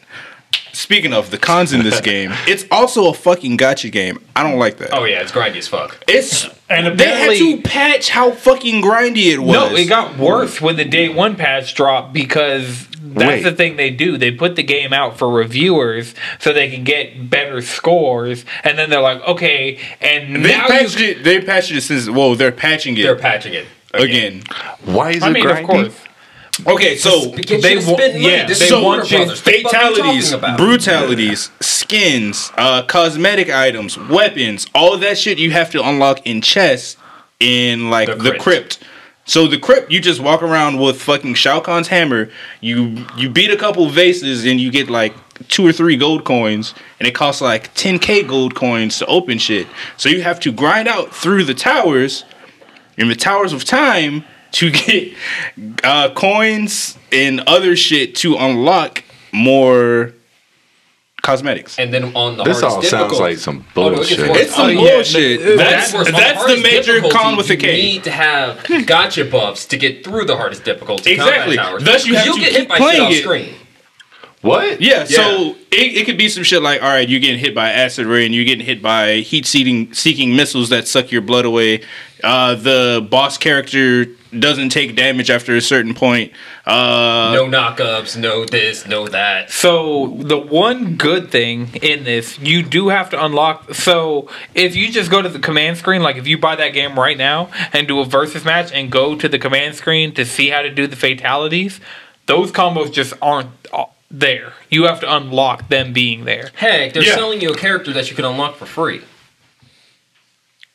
F: Speaking of the cons in this game, it's also a fucking gotcha game. I don't like that.
C: Oh, yeah, it's grindy as fuck.
F: It's
B: And
F: they had to
B: apparently-
F: patch how fucking grindy it was.
B: No, it got worse when the day one patch dropped because that's
D: Wait.
B: the thing they do. They put the game out for reviewers so they can get better scores, and then they're like, okay, and
F: They
B: now
F: patched
B: you.
F: it. They patched it since. Whoa, they're patching it
C: They're patching it.
F: again.
D: Why is
B: I
D: it
B: mean,
D: grindy?
B: of course.
F: Okay, so
C: Because
B: They
C: they
B: wa-
C: spend money.
B: yeah,
C: This
B: they
C: is Warner
B: want you-
C: Brothers. The fuck are you
F: fatalities,
C: talking about?
F: brutalities, skins, uh, cosmetic items, weapons, all that shit you have to unlock in chess in like
C: The
F: the crypt.
C: crypt.
F: So the crypt, you just walk around with fucking Shao Kahn's hammer. You you beat a couple vases and you get like two or three gold coins, and it costs like 10k gold coins to open shit. So you have to grind out through the towers in the towers of time to get uh, coins and other shit to unlock more cosmetics.
C: And then on the
D: This
C: hardest
D: all sounds
C: difficult-
D: like some
C: Oh, no, it gets
D: bullshit.
C: worse.
F: It's some
C: Oh, yeah.
F: bullshit.
C: But
F: that's
C: worse.
F: that's,
C: On
F: the
C: hardest
F: major
C: difficulty,
F: con with the
C: You
F: K.
C: need to have gotcha buffs to get through the hardest difficulty.
F: Exactly.
C: combat towers.
F: Thus you
C: 'Cause
F: have
C: you'll
F: to
C: get
F: keep
C: hit by
F: playing
C: shit off
F: it.
C: screen.
D: What?
F: Yeah,
C: Yeah.
F: so it, it could be some shit like, all right, you're getting hit by acid rain, you're getting hit by heat seeking seeking missiles that suck your blood away. Uh, the boss character doesn't take damage after a certain point. Uh,
C: No knockups, no this, no that.
B: So the one good thing in this, you do have to unlock. So if you just go to the command screen, like if you buy that game right now and do a versus match and go to the command screen to see how to do the fatalities, those combos just aren't uh, there. You have to unlock them being there.
C: Heck, they're
F: Yeah.
C: selling you a character that you can unlock for free.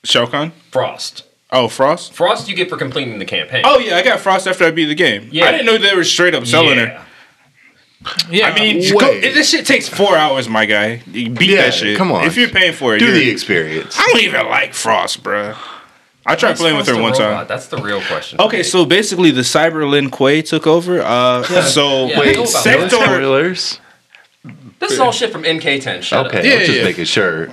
F: Shao Kahn?
C: Frost.
F: Oh, Frost?
C: Frost you get for completing the campaign.
F: Oh yeah, I got Frost after I beat the game.
C: Yeah.
F: I didn't know they were straight up selling her.
B: Yeah,
F: I mean,
D: Wait.
F: go, this shit takes four hours, my guy. You Beat
D: Yeah,
F: that shit.
D: come on.
F: If you're paying for it,
D: Do the
F: you're-
D: experience.
F: I don't even like Frost, bruh. I tried
C: Who's
F: playing with her
C: Frost
F: one
C: the
F: time.
C: robot? That's the real question.
F: Okay, so basically the Cyber Lin Kuei took over. Uh, So
C: Yeah, I know about that.
F: Sector.
D: Spoilers.
C: This is all shit from MK10. Shut
D: Okay,
C: Up.
F: Yeah,
D: I'm just
F: yeah.
D: making sure.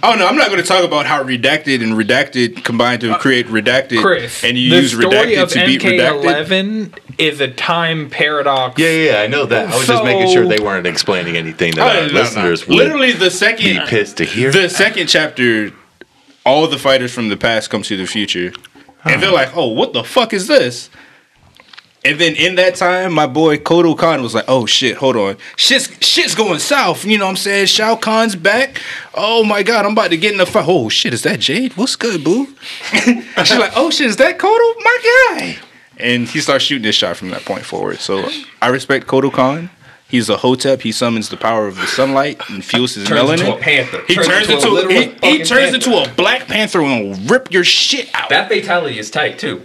F: Oh no, I'm not going to talk about how redacted and redacted combined to create redacted,
B: Uh, Chris,
F: and you
B: the
F: use
B: story
F: redacted
B: of
F: to beat redacted.
B: MK11 is a time paradox.
D: Yeah, yeah, yeah, I know that. I was just making
B: So-
D: sure they weren't explaining anything that
F: Oh,
D: our
F: no, no, no.
D: listeners would
F: Literally the
D: be
F: second
D: pissed to hear.
F: The second chapter, all the fighters from the past come to the future, and they're like, "Oh, what the fuck is this?" And then in that time, my boy Kodo Khan was like, "Oh shit, hold on, shit's shit's going south." You know what I'm saying? Shao Kahn's back. Oh my god, I'm about to get in the fight. Oh shit, is that Jade? What's good, boo? She's like, "Oh shit, is that Kodo? My guy." And he starts shooting his shot from that point forward. So I respect Kodo Khan. He's a hotep. He summons the power of the sunlight and fuels his
C: Turns
F: melanin.
C: into a panther.
F: He turns, into, a,
C: literal
F: he, he
C: fucking
F: turns
C: panther.
F: into a black panther and will rip your shit out.
C: That fatality is tight too.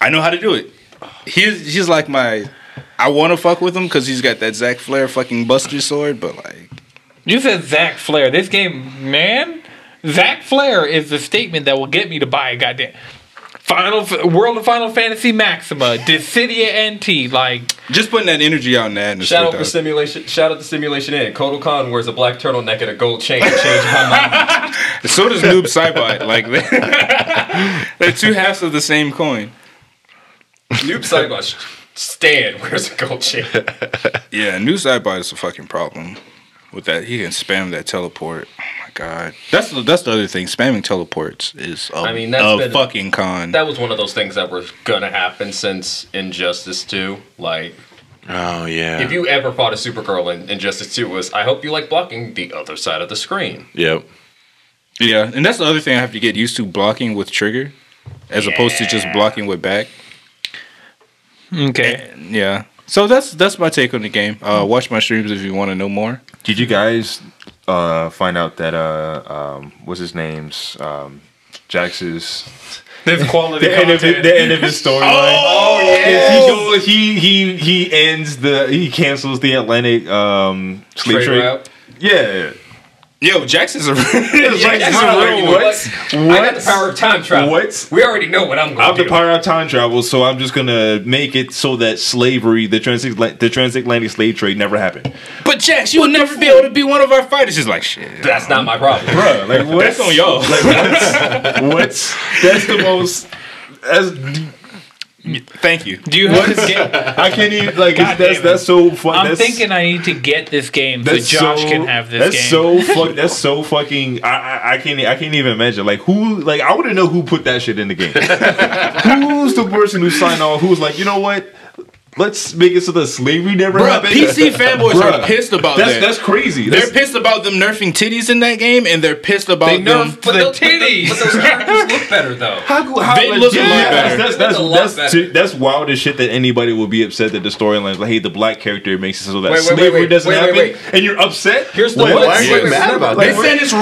F: I know how to do it. He's he's like my. I want to fuck with him because he's got that Zac Flair fucking Buster sword, but like
B: You said Zach Flair. This game, man, Zach Flair is the statement that will get me to buy a goddamn. Final F- World of Final Fantasy Maxima, Dissidia NT, like
F: Just putting that energy out in the atmosphere.
C: Shout out
F: dog.
C: for simulation. Shout out to simulation. In Kotal Khan wears a black turtleneck and a gold chain. Change my mind.
F: So does Noob Saibot. Like they're two halves of the same coin.
C: Noob Saibot. Stan wears a gold chain.
F: Yeah, Noob Saibot is a fucking problem. With that, he can spam that teleport. Oh my god, that's the, that's the other thing. Spamming teleports is a
C: I mean, that's
F: a
C: been-
F: fucking con.
C: That was one of those things that were gonna happen since Injustice Two. Like,
D: Oh yeah.
C: if you ever fought a Supergirl in Injustice Two, was I hope you like blocking the other side of the screen.
D: yep.
F: yeah, and that's the other thing I have to get used to blocking with trigger, as opposed to just blocking with back.
B: okay.
F: Yeah. So that's that's my take on the game. Uh, watch my streams if you want to know more.
E: Did you guys uh, find out that uh, um, what's his name's um, Jax's
B: There's quality
E: the end, of,
B: content.
E: his- the end of his storyline? Oh, yes. he, goes, he he he ends the he cancels the Atlantic um, sleep
C: Trade
E: trade.
C: route.
E: Yeah,
F: Yo, Jackson's a
E: It's like,
C: Jax is
E: bro,
C: a real one.
E: what?
C: I got the
E: What?
C: power of time travel.
E: What?
C: We already know what I'm going
E: I'm
C: to
E: the
C: do.
E: power of time travel, so I'm just gonna make it so that slavery, the transatlantic, the transatlantic slave trade, never happened.
F: But Jax, you will never be able to be one of our fighters. He's like, shit.
C: That's not my problem.
E: Bruh, like what?
F: That's on y'all.
E: What's that's the most. That's,
F: Thank you.
B: Do you have this game?
E: I can't even like.
B: God
E: that's
B: damn it.
E: that's so fun.
B: I'm
E: that's,
B: thinking I need to get this game so Josh can have this
E: that's
B: game.
E: so fuck. That's so fucking. I, I I can't. I can't even imagine. Like who? Like I want to know who put that shit in the game. who's the person who signed off? Who's like, you know what? Let's make it so that slavery never
F: Bruh,
E: happened.
F: PC fanboys
E: Bruh.
F: are pissed about
E: that's
F: that.
E: that's crazy.
F: they're
E: That's,
F: pissed about them nerfing titties in that game, and they're pissed about
B: They
F: them.
B: nerfed the
C: But
B: titties.
C: those characters look better, though.
E: how, cool- how
F: They
E: legit-
F: look a lot
E: yeah,
F: better.
E: That's
C: They look
E: that's
C: a lot
E: that's, that's,
C: better.
E: that's wild as shit that anybody would be upset that the storyline is like, hey, the black character makes it so that
C: Wait, wait, wait,
E: slavery
C: wait,
E: doesn't
C: wait, wait,
E: happen,
C: wait.
E: and you're upset.
C: Here's the
E: What?
C: one.
E: Why
C: Wait,
E: are you
C: wait,
E: mad
C: wait,
E: about
C: wait,
E: that?
F: They said it's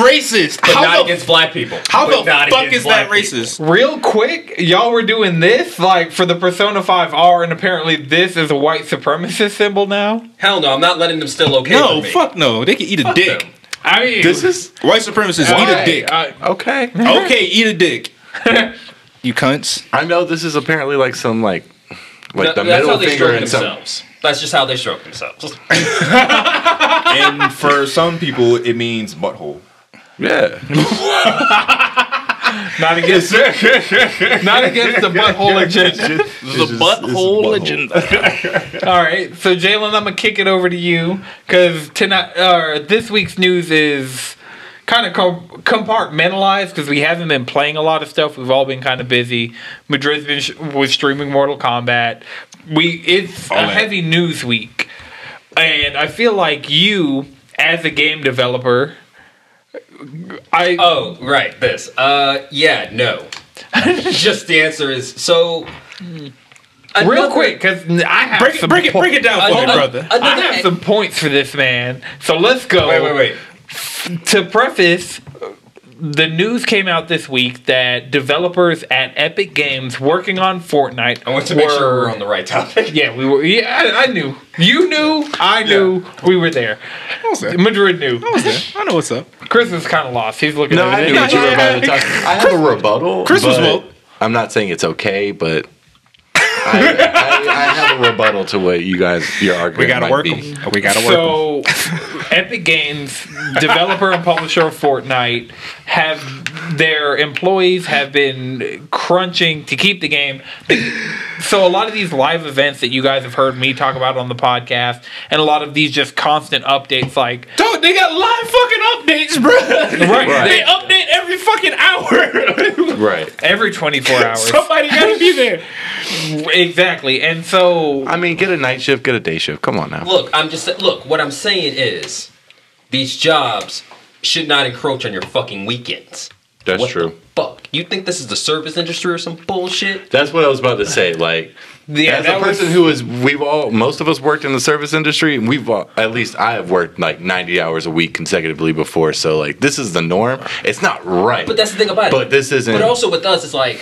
F: racist.
C: But
F: How
C: not
F: the,
C: against black people.
F: how
C: But
F: the
C: not
F: fuck
C: against
F: is that
C: black people.
F: racist?
B: Real quick, y'all were doing this like for the Persona 5R, and apparently this is a white supremacist symbol now.
C: Hell no, I'm not letting them still okay
F: No,
C: for me.
F: fuck no. They can eat a dick.
C: them.
B: I mean,
D: This is
F: White supremacists
B: why?
F: eat a dick.
B: Uh,
D: okay.
F: okay, eat a dick. you cunts.
D: I know this is apparently like some like like
C: That-
D: the
C: that's how
D: middle
C: they
D: finger
C: stroke
D: and some.
C: themselves. That's just how they stroke themselves.
E: and for some people, it means butthole.
D: Yeah.
B: not against, not against the butthole agenda.
E: the butthole agenda.
B: All right, so Jalen, I'm gonna kick it over to you because tonight, uh, this week's news is kind of com- compartmentalized because we haven't been playing a lot of stuff. We've all been kind of busy. Madrid's been sh- was streaming Mortal Kombat. We it's a
F: that.
B: heavy news week, and I feel like you, as a game developer, I
C: Oh, right, this. Uh, yeah, no. Just the answer is so.
B: real
C: another-
B: quick because I have
F: Break it,
B: some
F: break it,
B: po-
F: break it down
D: Uh,
F: for me,
C: another-
F: brother.
B: I
C: another-
B: have some points for this man. So let's go.
C: Wait, wait, wait.
B: to preface, the news came out this week that developers at Epic Games working on Fortnite.
C: I want to make sure we're on the right topic.
B: Yeah, we were. Yeah, I, I knew. You knew. I knew. We were there. Madrid knew.
F: I know what's up.
B: Chris is kind of lost. He's looking.
D: No,
B: over
D: I
B: there.
D: knew what you were about to talk. I have a rebuttal.
F: Chris was
D: but
F: woke.
D: I'm not saying it's okay, but I, I, I have a rebuttal to what you guys your argument.
F: We gotta
D: might
F: work
D: be.
F: 'em. We gotta work 'em.
B: So, Epic Games, developer and publisher of Fortnite, have their employees have been crunching to keep the game. So, a lot of these live events that you guys have heard me talk about on the podcast, and a lot of these just constant updates, like
F: Dude, they got live fucking updates, bro.
B: Right.
F: They update every fucking hour.
D: Right.
B: every twenty four hours,
F: Somebody gotta be there.
B: exactly. And so,
D: I mean, get a night shift, get a day shift. Come on now.
C: Look, I'm just look. What I'm saying is, these jobs should not encroach on your fucking weekends.
D: That's
C: What
D: true.
C: The fuck, you think this is the service industry or some bullshit?
D: That's what I was about to say. Like,
B: yeah,
D: as a
B: that was-
D: person who is, we've all, most of us worked in the service industry, and we've all, at least I have worked like 90 hours a week consecutively before. So, like, this is the norm. It's not right.
C: But that's the thing about it.
D: But this isn't-
C: But also with us, it's like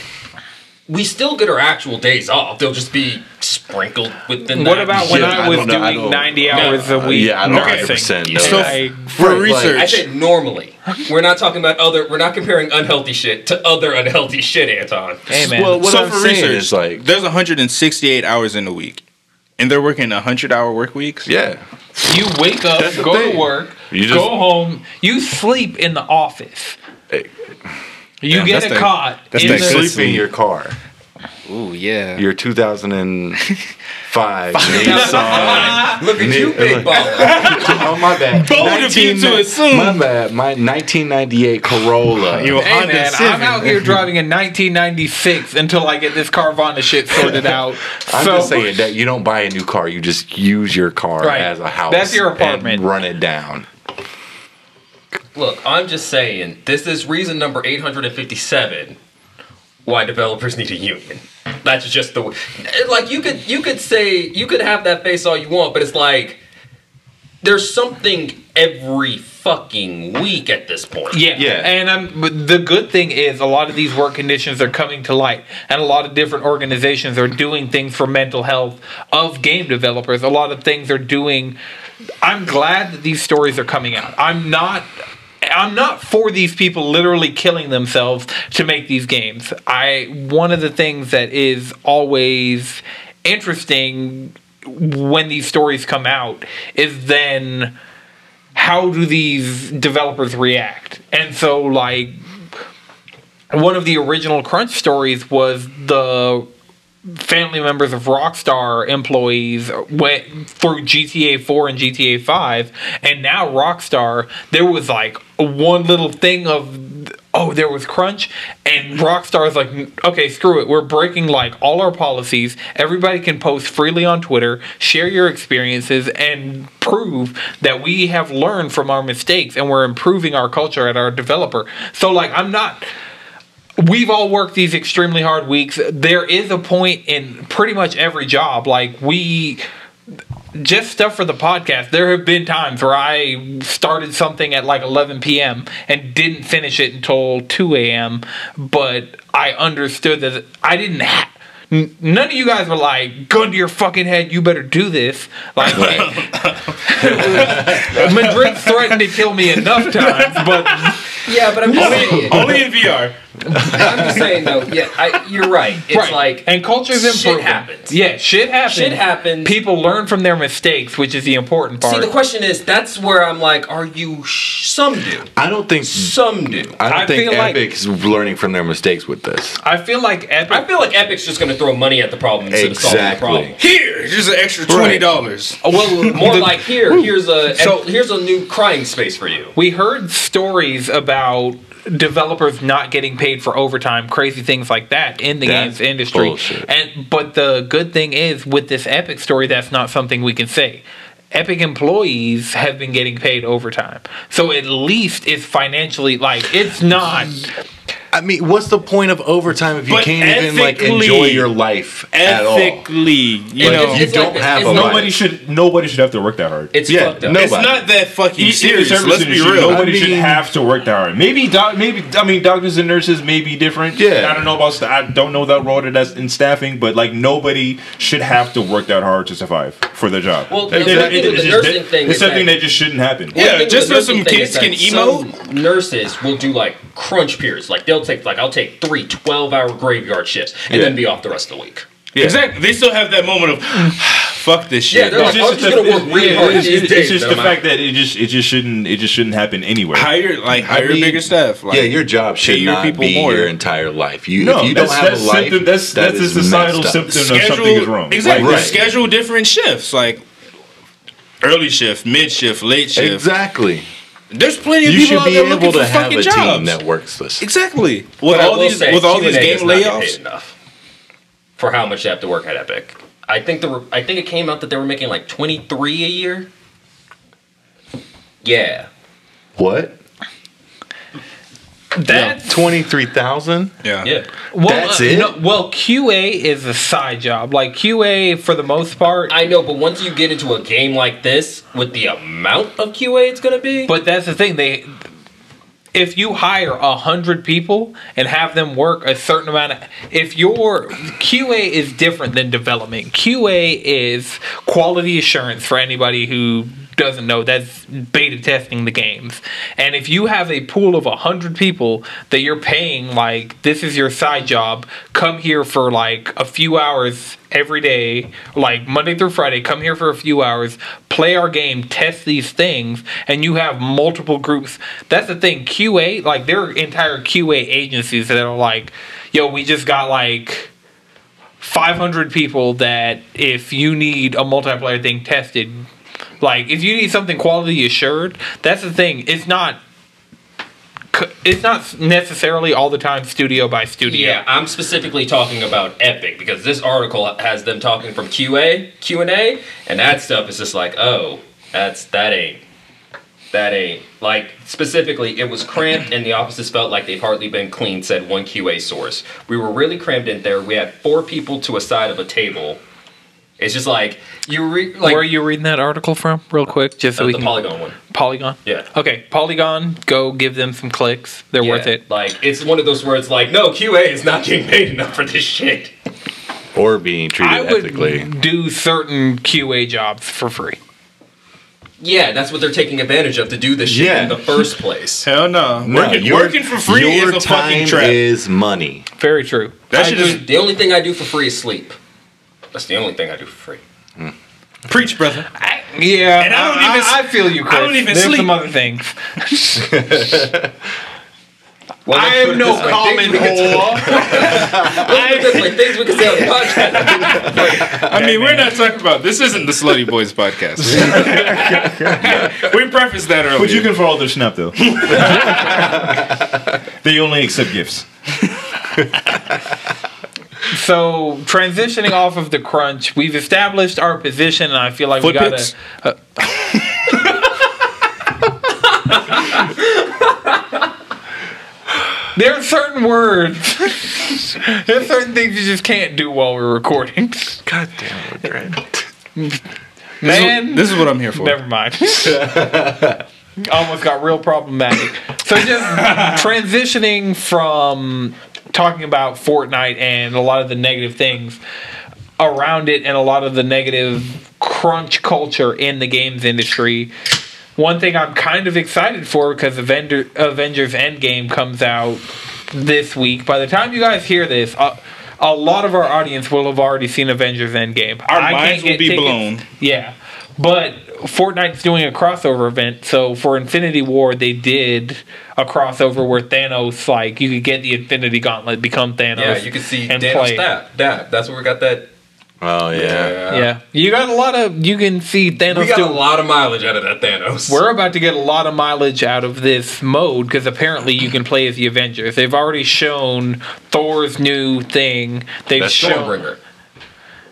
C: we still get our actual days off. They'll just be sprinkled with the.
B: What
C: knife.
B: about when
D: Yeah,
B: I
D: I
B: was
D: don't know, I
B: doing
D: don't-
B: 90 hours a
D: Uh,
B: week?
D: yeah, I don't
B: nursing?
D: 100% know.
B: So,
D: So-
B: I-
F: For
D: Right, like-
F: research,
C: I said normally. We're not talking about other. We're not comparing unhealthy shit to other unhealthy shit, Anton.
B: hey, man.
D: Well, what
F: so
D: I'm
F: for
D: saying
F: research,
D: is like,
F: there's 168 hours in a week, and they're working 100 hour work weeks.
D: yeah,
B: you wake up,
D: That's the
B: go
D: thing.
B: to work,
D: You just-
B: go home, you sleep in the office. You
D: Damn,
B: get
D: that's
B: a
D: the-
B: caught.
G: that's
B: in
G: the
B: the-
G: sleep.
D: sleep in your car.
F: Ooh yeah.
D: Your 2005 Nissan.
C: Look at you,
D: Nick,
C: big baller.
D: oh my bad.
B: Bold of you
D: 19
B: to assume.
D: My bad. My 1998 Corolla.
G: You a
B: Hey
G: Honda
B: man, I'm
G: Civic.
B: out here driving in 1996 until I get this Carvana shit sorted out.
D: I'm
B: so,
D: just saying that you don't buy a new car. You just use your car
B: Right.
D: as a house.
B: That's your
D: and
B: apartment.
D: run it down.
C: Look, I'm just saying. This is reason number 857 why developers need a union. That's just the way. Like you could you could say you could have that face all you want, but it's like there's something every fucking week at this point.
B: Yeah.
D: Yeah.
B: And I'm, but the good thing is a lot of these work conditions are coming to light, and a lot of different organizations are doing things for mental health of game developers. A lot of things are doing. I'm glad that these stories are coming out. I'm not. I'm not for these people literally killing themselves to make these games. I one of the things that is always interesting when these stories come out is then how do these developers react? And so, like, one of the original Crunch stories was the family members of Rockstar employees went through GTA 4 and GTA 5, and now Rockstar, there was like one little thing of. Oh, there was crunch, and Rockstar's like, okay, screw it. We're breaking like all our policies. Everybody can post freely on Twitter, share your experiences, and prove that we have learned from our mistakes and we're improving our culture at our developer. So, like, I'm not we've all worked these extremely hard weeks. There is a point in pretty much every job, like we just stuff for the podcast. There have been times where I started something at like 11 p.m. and didn't finish it until 2 a.m. But I understood that I didn't. Ha- n- None of you guys were like, "Gun to your fucking head! You better do this." Like, Madrid threatened to kill me enough times, but
C: Yeah, but I'm just saying.
G: Only in VR.
C: I'm just saying though. Yeah, I, you're right. It's
B: right.
C: like
B: and culture's
C: shit
B: improving.
C: happens.
B: Yeah, shit happens.
C: Shit happens.
B: People learn from their mistakes, which is the important part.
C: See, the question is, that's where I'm like, are you? Sh- some do,
D: I don't think.
C: some do.
D: I don't
B: I
D: think
B: feel like-
D: Epic's learning from their mistakes with this.
B: I feel like Epic.
C: I feel like Epic's just going to throw money at the problem instead of
D: Exactly.
C: solving the problem. Uh,
F: Here, just an extra twenty dollars.
C: Well, more like here, here's a
B: So-
C: here's a new crying space for you.
B: we heard stories about developers not getting paid for overtime, crazy things like that in the
D: That's
B: games industry.
D: bullshit.
B: And but the good thing is with this Epic story, that's not something we can say. Epic employees have been getting paid overtime, so at least it's financially like it's not.
D: I mean, what's the point of overtime if you
G: But
D: can't even like enjoy
G: ethically-
D: your life at all?
G: Ethically, you
C: Like,
G: know,
C: it's-
D: you
C: it's
D: don't
C: this.
D: have
C: It's
D: a
C: not-
D: life.
E: Nobody should nobody should have to work that hard.
C: It's
D: Yeah,
C: fucked up.
D: no.
G: it's
D: nobody.
G: not that fucking
E: In
G: serious.
E: service
G: Let's be
E: industry,
G: real.
E: Nobody should
D: mean-
E: have to work that hard. Maybe doc, maybe I mean doctors and nurses may be different.
D: Yeah.
E: I don't know about st- I don't know that role that's in staffing, but like nobody should have to work that hard to survive for their job.
C: Well,
E: It-
C: the
E: it-
C: thing
E: it-
C: with
E: it's
C: the
E: just-
C: nursing thing
E: it's
C: is
E: something
C: that-
E: that just shouldn't happen.
C: One
G: Yeah,
C: thing with
G: just
C: the
G: so some
C: nursing thing
G: kids
C: is that
G: can
C: some Nurses will do like crunch periods. Like they'll take like I'll take three 12 hour graveyard shifts and then be off the rest of the week.
G: Exactly. They still have that moment of fuck this
C: Yeah,
G: shit.
C: they're like,
E: It's
C: I'm
E: just
C: just gonna
E: the-
C: work really
E: yeah,
C: hard
E: it's-
C: these
E: it's-
C: days.
E: it's just
C: that
E: the
C: I'm out.
E: fact that it just it just shouldn't it just shouldn't happen anywhere.
F: hire like hire
D: mean,
F: bigger staff. Like,
D: yeah, your job should
F: your
D: not
F: people
D: be
F: more.
D: your entire life. You,
E: No,
D: if you don't
E: that's,
D: have
E: that's
D: a life,
E: symptom, that's
D: that
E: that's a
D: is
E: societal
D: messed up.
E: symptom of
G: schedule
E: something is wrong.
G: Exactly.
E: Like,
D: Right.
F: schedule different shifts, like early shift, mid shift, late shift.
D: Exactly.
F: There's plenty of
D: You should
F: people out
D: be
F: there looking
D: able
F: for
D: to have
F: fucking
D: a team
F: jobs.
D: that works this.
F: exactly. With
C: But I
F: all
C: will
F: these
C: say,
F: with all these
C: Q&A
F: game
C: does not get paid
F: layoffs.
C: enough for how much they have to work at Epic. I think the I think it came out that they were making like twenty three a year. Yeah,
D: What?
B: That's
D: Twenty three thousand?
F: Yeah.
C: yeah.
B: Well,
D: That's
B: uh,
D: it?
B: no- well, QA is a side job. Like QA, for the most part.
C: I know, but once you get into a game like this with the amount of QA it's gonna be,
B: but that's the thing. They if you hire a hundred people and have them work a certain amount of, if your QA is different than development, QA is quality assurance for anybody who doesn't know that's beta testing the games and if you have a pool of 100 people that you're paying like this is your side job come here for like a few hours every day like monday through friday come here for a few hours play our game test these things and you have multiple groups that's the thing qa like there are entire qa agencies that are like yo we just got like 500 people that if you need a multiplayer thing tested like if you need something quality assured that's the thing it's not c- it's not necessarily all the time studio by studio
C: Yeah, I'm specifically talking about Epic because this article has them talking from QA, Q and A, and that stuff is just like, oh, that's that ain't that ain't like specifically it was cramped and the offices felt like they've hardly been cleaned said one qa source we were really cramped in there we had four people to a side of a table it's just like you re- like
B: where are you reading that article from real quick just so
C: uh,
B: we
C: the
B: can
C: polygon one
B: polygon
C: Yeah.
B: okay polygon go give them some clicks they're worth
C: Yeah,
B: it
C: like it's one of those where it's like no qa is not getting paid enough for this shit
D: or being
B: i
D: treated
B: would
D: ethically.
B: do certain qa jobs for free
C: yeah that's what they're taking advantage of to do this shit
E: Yeah.
C: in the first place
F: Hell no. working,
D: your-
F: working for free
D: your
F: is a fucking
D: time
F: trap.
D: is money.
B: very true
C: I
F: that should
C: do-
F: just
C: the only thing I do for free is sleep. That's the only thing I do for free.
F: preach, brother.
B: I, yeah
F: And I don't
B: I,
F: even-
B: I, feel you Chris.
F: I don't even
B: There's
F: sleep.
B: some other things
C: Well,
B: i am no common whore
C: things we can say on the podcast.
F: I mean, we're not talking about this. Isn't the Slutty Boys podcast? we prefaced that earlier.
E: But you can follow their snap though. they only accept gifts.
B: So transitioning off of the crunch, we've established our position, and I feel like
F: Foot
B: we gotta.
F: picks?
B: there are certain words. there are certain things you just can't do while we're recording.
D: God damn it, Brad.
F: This is-
B: Man,
F: this is what I'm here for.
B: Never mind. Almost got real problematic. So just transitioning from talking about Fortnite and a lot of the negative things around it and a lot of the negative crunch culture in the games industry. One thing I'm kind of excited for because Avenger, Avengers Endgame comes out this week. By the time you guys hear this, a, a lot of our audience will have already seen Avengers Endgame.
F: Our
B: I can't
F: minds will
B: get
F: be
B: tickets.
F: blown.
B: Yeah. But Fortnite's doing a crossover event, so for Infinity War they did a crossover where Thanos like you could get the Infinity Gauntlet, become Thanos.
C: yeah, you can see
B: and
C: Daniel
B: play.
C: Stapp. That that's where we got that. uh,
D: Oh yeah.
B: Yeah. You got a lot of you can see Thanos
C: we got
B: doing
C: a lot of mileage out of that Thanos.
B: We're about to get a lot of mileage out of this mode because apparently you can play as the Avengers. They've already shown Thor's new thing. They've
D: That's
B: shown
C: Stormbringer.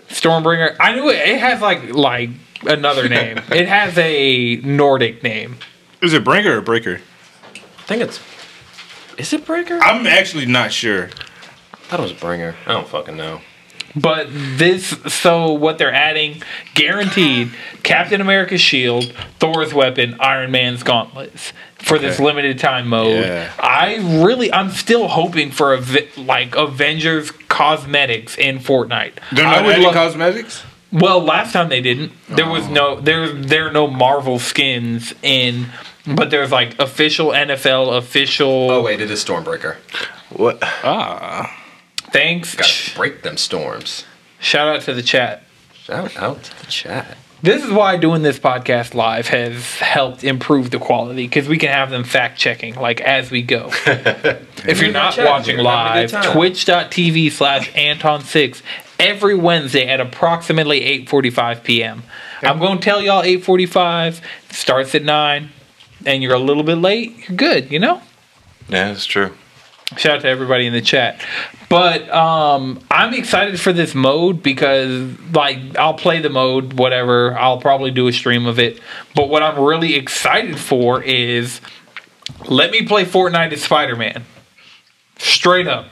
B: Stormbringer. I knew it, it has like like another name. it has a Nordic name.
F: Is it Bringer or Breaker?
C: I think it's. Is it Bringer? I
F: I'm actually not sure.
C: thought it was Bringer. I don't fucking know.
B: But this, so what they're adding, guaranteed Captain America's shield, Thor's weapon, Iron Man's gauntlets for this limited time mode.
F: Yeah.
B: I really, I'm still hoping for a vi- like Avengers cosmetics in Fortnite.
F: They're
B: I
F: not
B: would
F: adding Oh.
B: love-
F: cosmetics.
B: well, last time they didn't. There was no there there are no Marvel skins in, but there's like official NFL official.
C: Oh wait, it is Stormbreaker.
D: What?
B: thanks.
C: Gotta break them storms.
B: Shout out to the chat.
C: Shout out to the chat.
B: This is why doing this podcast live has helped improve the quality because we can have them fact checking like as we go. if you're not
C: Chat,
B: watching
C: we're having a
B: live,
C: good time.
B: twitch.tv slash Anton6 every Wednesday at approximately 8.45 p.m. I'm going to tell y'all 8.45, starts at 9, and you're a little bit late, you're good, you know?
D: Yeah, that's true.
B: Shout out to everybody in the chat. But um, I'm excited for this mode because, like, I'll play the mode, whatever. I'll probably do a stream of it. But what I'm really excited for is let me play Fortnite as Spider Man. Straight up.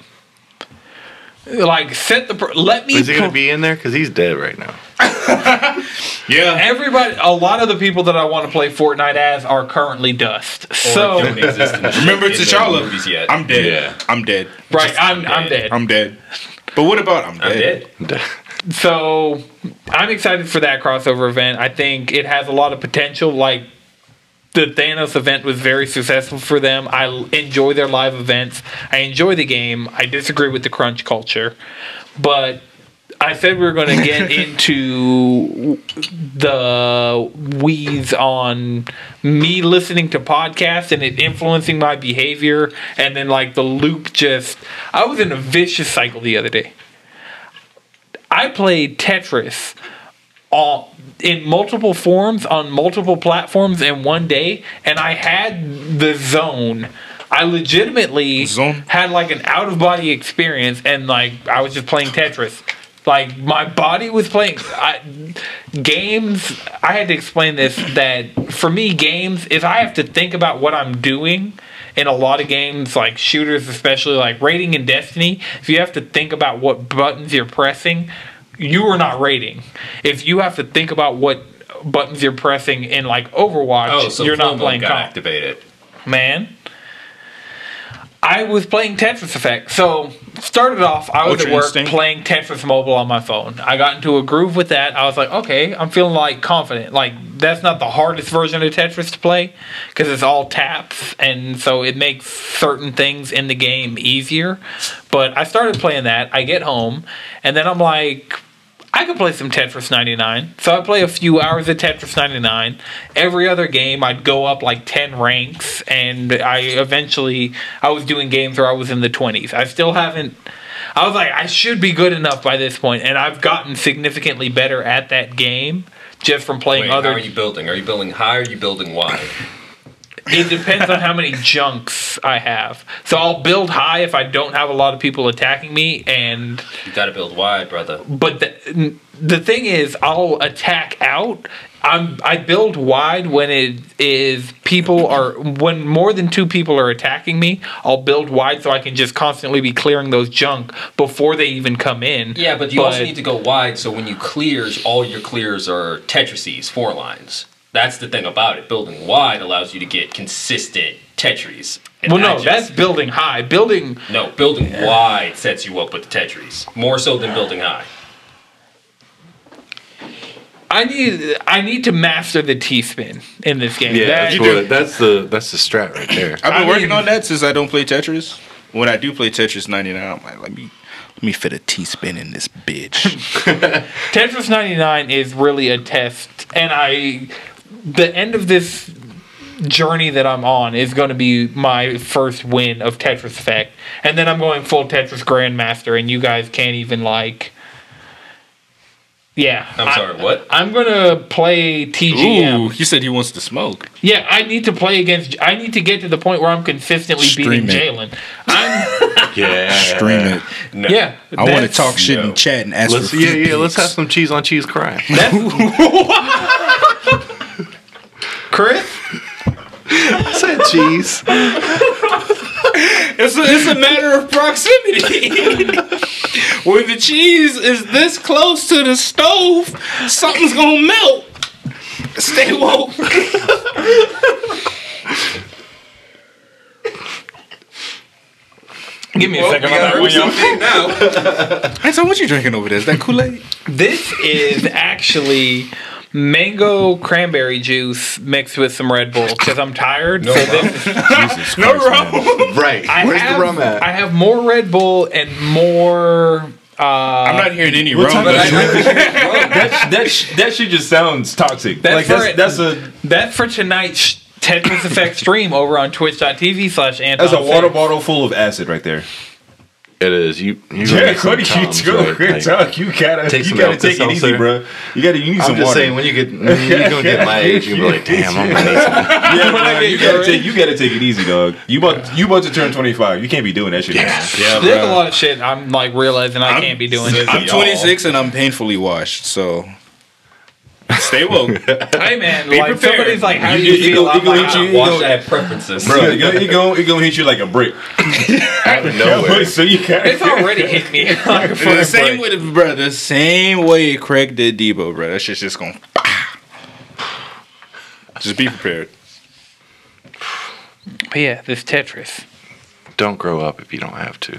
B: Like, set the. Pr- let me.
D: Is he gonna
B: pl-
D: be in there? Because he's dead right now.
H: Yeah.
B: Everybody, a lot of the people that I want to play Fortnite as are currently
D: Oh
B: dust. So,
C: don't exist in the-
H: Remember
C: in the
H: T'Challa?
C: movies yet.
H: I'm dead.
E: Yeah.
H: I'm dead.
B: right, I'm, I'm dead.
H: I'm dead. But what about I'm dead?
C: I'm dead.
B: So, I'm excited for that crossover event. I think it has a lot of potential. Like, the Thanos event was very successful for them. I l- enjoy their live events. I enjoy the game. I disagree with the crunch culture. But I said we were going to get into the weeds on me listening to podcasts and it influencing my behavior. And then, like, the loop just. I was in a vicious cycle the other day. I played Tetris all in multiple forms on multiple platforms in one day, and I had the zone. I legitimately
H: Zone?
B: had like an out of body experience, and like I was just playing Tetris. Like my body was playing I, games. I had to explain this that for me, games if I have to think about what I'm doing. In a lot of games, like shooters, especially like raiding in Destiny, if you have to think about what buttons you're pressing, you are not rating. If you have to think about what buttons you're pressing in like Overwatch,
A: Oh, so
B: you're not
A: Flomo
B: playing
A: got
B: comp.
A: activated.
B: Man, I was playing Tetris Effect. So started off, I was
H: Ultra
B: at work
H: Instinct?
B: playing Tetris Mobile on my phone. I got into a groove with that. I was like, okay, I'm feeling like confident. Like that's not the hardest version of Tetris to play because it's all taps, and so it makes certain things in the game easier. But I started playing that. I get home, and then I'm like. I could play some Tetris 99. So I play a few hours of Tetris 99. Every other game, I'd go up like 10 ranks, and I eventually I was doing games where I was in the 20s. I still haven't. I was like, I should be good enough by this point, and I've gotten significantly better at that game just from playing
C: Wait,
B: other.
C: how are you building? Are you building high or are you building wide?
B: It depends on how many junks I have. So I'll build high if I don't have a lot of people attacking me, and
C: You gotta build wide, brother.
B: but the, the thing is i'll attack out I'm, i build wide when it is people are when more than two people are attacking me i'll build wide so i can just constantly be clearing those junk before they even come in
C: Yeah, but you also need to go wide so when you clears, all your clears are tetrises, four lines. That's the thing about it. Building wide allows you to get consistent tetris. And
B: well no
C: that
B: that's
C: just-
B: building high building
C: no building wide sets you up with the tetris more so than building high.
B: i need i need to master the t-spin in this game
D: Yeah,
B: That-
D: that's, what, that's the that's the strat right there.
H: I've
B: I
H: been working
B: mean-
H: on that since I don't play
F: Tetris. When I do play Tetris 99, I'm like, let me let me fit a T spin in this bitch.
B: Tetris 99 is really a test, and I, the end of this journey that I'm on is going to be my first win of Tetris Effect, and then I'm going full Tetris Grandmaster, and you guys can't even like, yeah.
C: I'm sorry, what?
B: I, am gonna play TGM.
H: Ooh, he said he wants to smoke.
B: Yeah, I need to play against. I need to get to the point where I'm consistently beating
F: Stream
B: Jalen. I'm
D: Yeah.
F: Stream it.
B: yeah.
F: I want to
B: that's-
F: talk shit in chat and ask
D: Let's
F: for
D: yeah,
F: feet
D: yeah, let's have
F: pics.
D: some cheese on cheese crime.
B: Chris.
D: I said cheese.
H: It's a, it's a matter of proximity. when the cheese is this close to the stove, something's gonna melt. Stay woke.
B: Give me a second. I'm gonna-
F: Hey, so what you drinking over there? Is that Kool Aid?
B: This is actually mango cranberry juice mixed with some Red Bull because I'm tired. so this,
D: no rum. Right.
B: I
D: Where's
B: have,
D: the rum at?
B: I have more Red Bull and more. Uh,
H: I'm not hearing any wrong.
E: But I- that, that, sh- that shit just sounds toxic.
B: That's
E: like
B: right.
E: that's, that's a
B: that's for tonight's Tetris Effect stream over on twitch.tv slash Anton.
E: that's a water
B: Sims.
E: bottle full of acid right there.
D: It is. You. you
E: Yeah, what do you do? Good talk. You gotta
D: Take
E: you
D: some
E: gotta
D: Alka
E: take it easy,
D: Seltzer.
E: bro. You gotta you need
D: I'm
E: some
D: just
E: water.
D: saying, when you get when you're gonna get my age, you'll be like, damn, I'm gonna need some.
E: yeah, bro, you gotta
B: Gatorade.
E: take you gotta take it easy, dog. You about you about to turn 25. You can't be doing that shit.
H: Yeah,
B: There's a
H: bro.
B: lot of shit I'm like realizing I can't be doing.
H: I'm-
B: I'm,
F: I'm 26 and I'm painfully washed, so Stay woke.
B: Hey man,
F: Be
B: like
F: prepared.
B: somebody's like, how do
E: You-
B: you
E: you
B: feel?
E: go-
B: I'm
E: you go-
B: like,
E: you
B: "Ah,
E: go-
C: Watch that preferences.
E: Bro, it gonna, it gonna, it gonna hit you like a brick.
D: Out of nowhere.
E: so you can't.
B: it's already hit me. Like,
F: It's the same
B: break.
F: way, bro. The same way Craig did Debo, bro. That shit's just going. Just be prepared.
B: But yeah, this Tetris.
D: Don't grow up if you don't have to.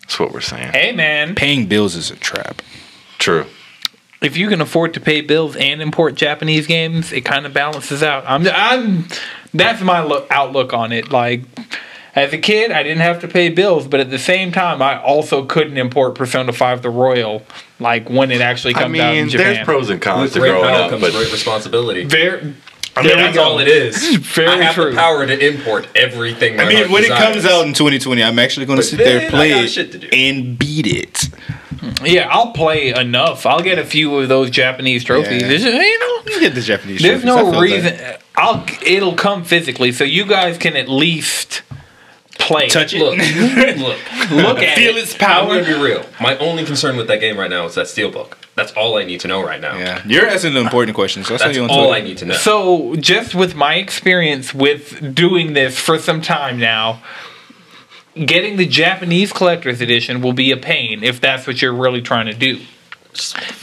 D: That's what we're saying.
B: Hey man,
F: Paying bills is a trap.
D: True.
B: if you can afford to pay bills and import Japanese games, it kind of balances out. I'm, I'm, that's my look, outlook on it. Like, as a kid, I didn't have to pay bills, but at the same time, I also couldn't import Persona Five the Royal, like when it actually comes
D: I
B: out in
D: mean,
B: Japan.
D: there's pros and cons to
C: Great
D: growing
C: power
D: up,
C: comes
D: but
C: great responsibility.
B: Very,
C: There That's all it is.
B: Very
C: I have
B: true.
C: the power to import everything.
F: I mean, when it comes out in 2020, I'm actually going to sit
C: then
F: there,
C: I
F: play
C: got
F: it,
C: shit to do.
F: and beat it.
B: yeah, I'll play enough. I'll get a few of those Japanese trophies.
F: Yeah.
B: It's just, you know,
F: You get the Japanese.
B: There's
F: trophies, I
B: no
F: feel
B: reason.
F: that.
B: I'll. It'll come physically, so you guys can at least play,
F: Touch it.
C: look, look,
B: look at
F: Feel
B: it.
F: its
C: I'm
F: power.
C: gonna be real. My only concern with that game right now is that steelbook. That's all I need to know right now.
F: Yeah, you're asking the important questions. That's,
C: That's
F: how you
C: all I
F: want to.
C: need to know.
B: So, just with my experience with doing this for some time now, getting the Japanese collector's edition will be a pain if that's what you're really trying to do.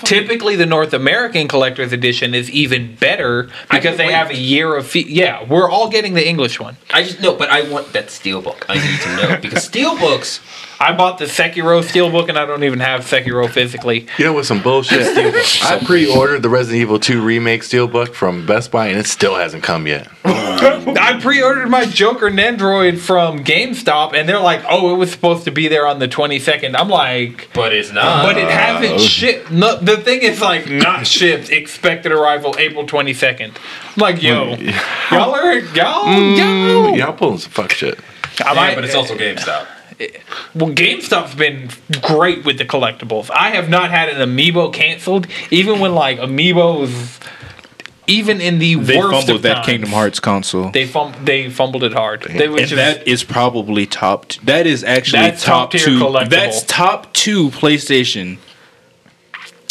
B: Typically, the North American collector's edition is even better because they
C: wait.
B: have a year of fee. Yeah, we're all getting the English one.
C: I just no, but I want that steelbook. I need to know because steelbooks.
B: I bought the Sekiro steelbook, and I don't even have Sekiro physically.
D: you know what's some bullshit? I pre-ordered the Resident Evil 2 remake steelbook from Best Buy, and it still hasn't come yet.
B: I pre-ordered my Joker Nendroid from GameStop, and they're like, "Oh, it was supposed to be there on the 22nd." I'm like,
C: But it's not.
F: Uh,
B: "But it hasn't shipped." No, the thing is, like, not shipped. Expected arrival April 22nd. I'm like, "Yo, y'all are y'all
F: Mm,
B: y'all."
D: Y'all pulling some fuck shit.
B: I
C: yeah,
B: might,
C: but it's also GameStop.
B: well, GameStop's been great with the collectibles. I have not had an Amiibo canceled, even when like Amiibos, even in the
F: They
B: worst
F: fumbled
B: of
F: that
B: times,
F: Kingdom Hearts console.
B: They fum- they fumbled it hard. They were
F: and
B: just-
F: that is probably top. T- that is actually
B: That's
F: top,
B: top-tier
F: two.
B: collectible.
F: That's top two PlayStation.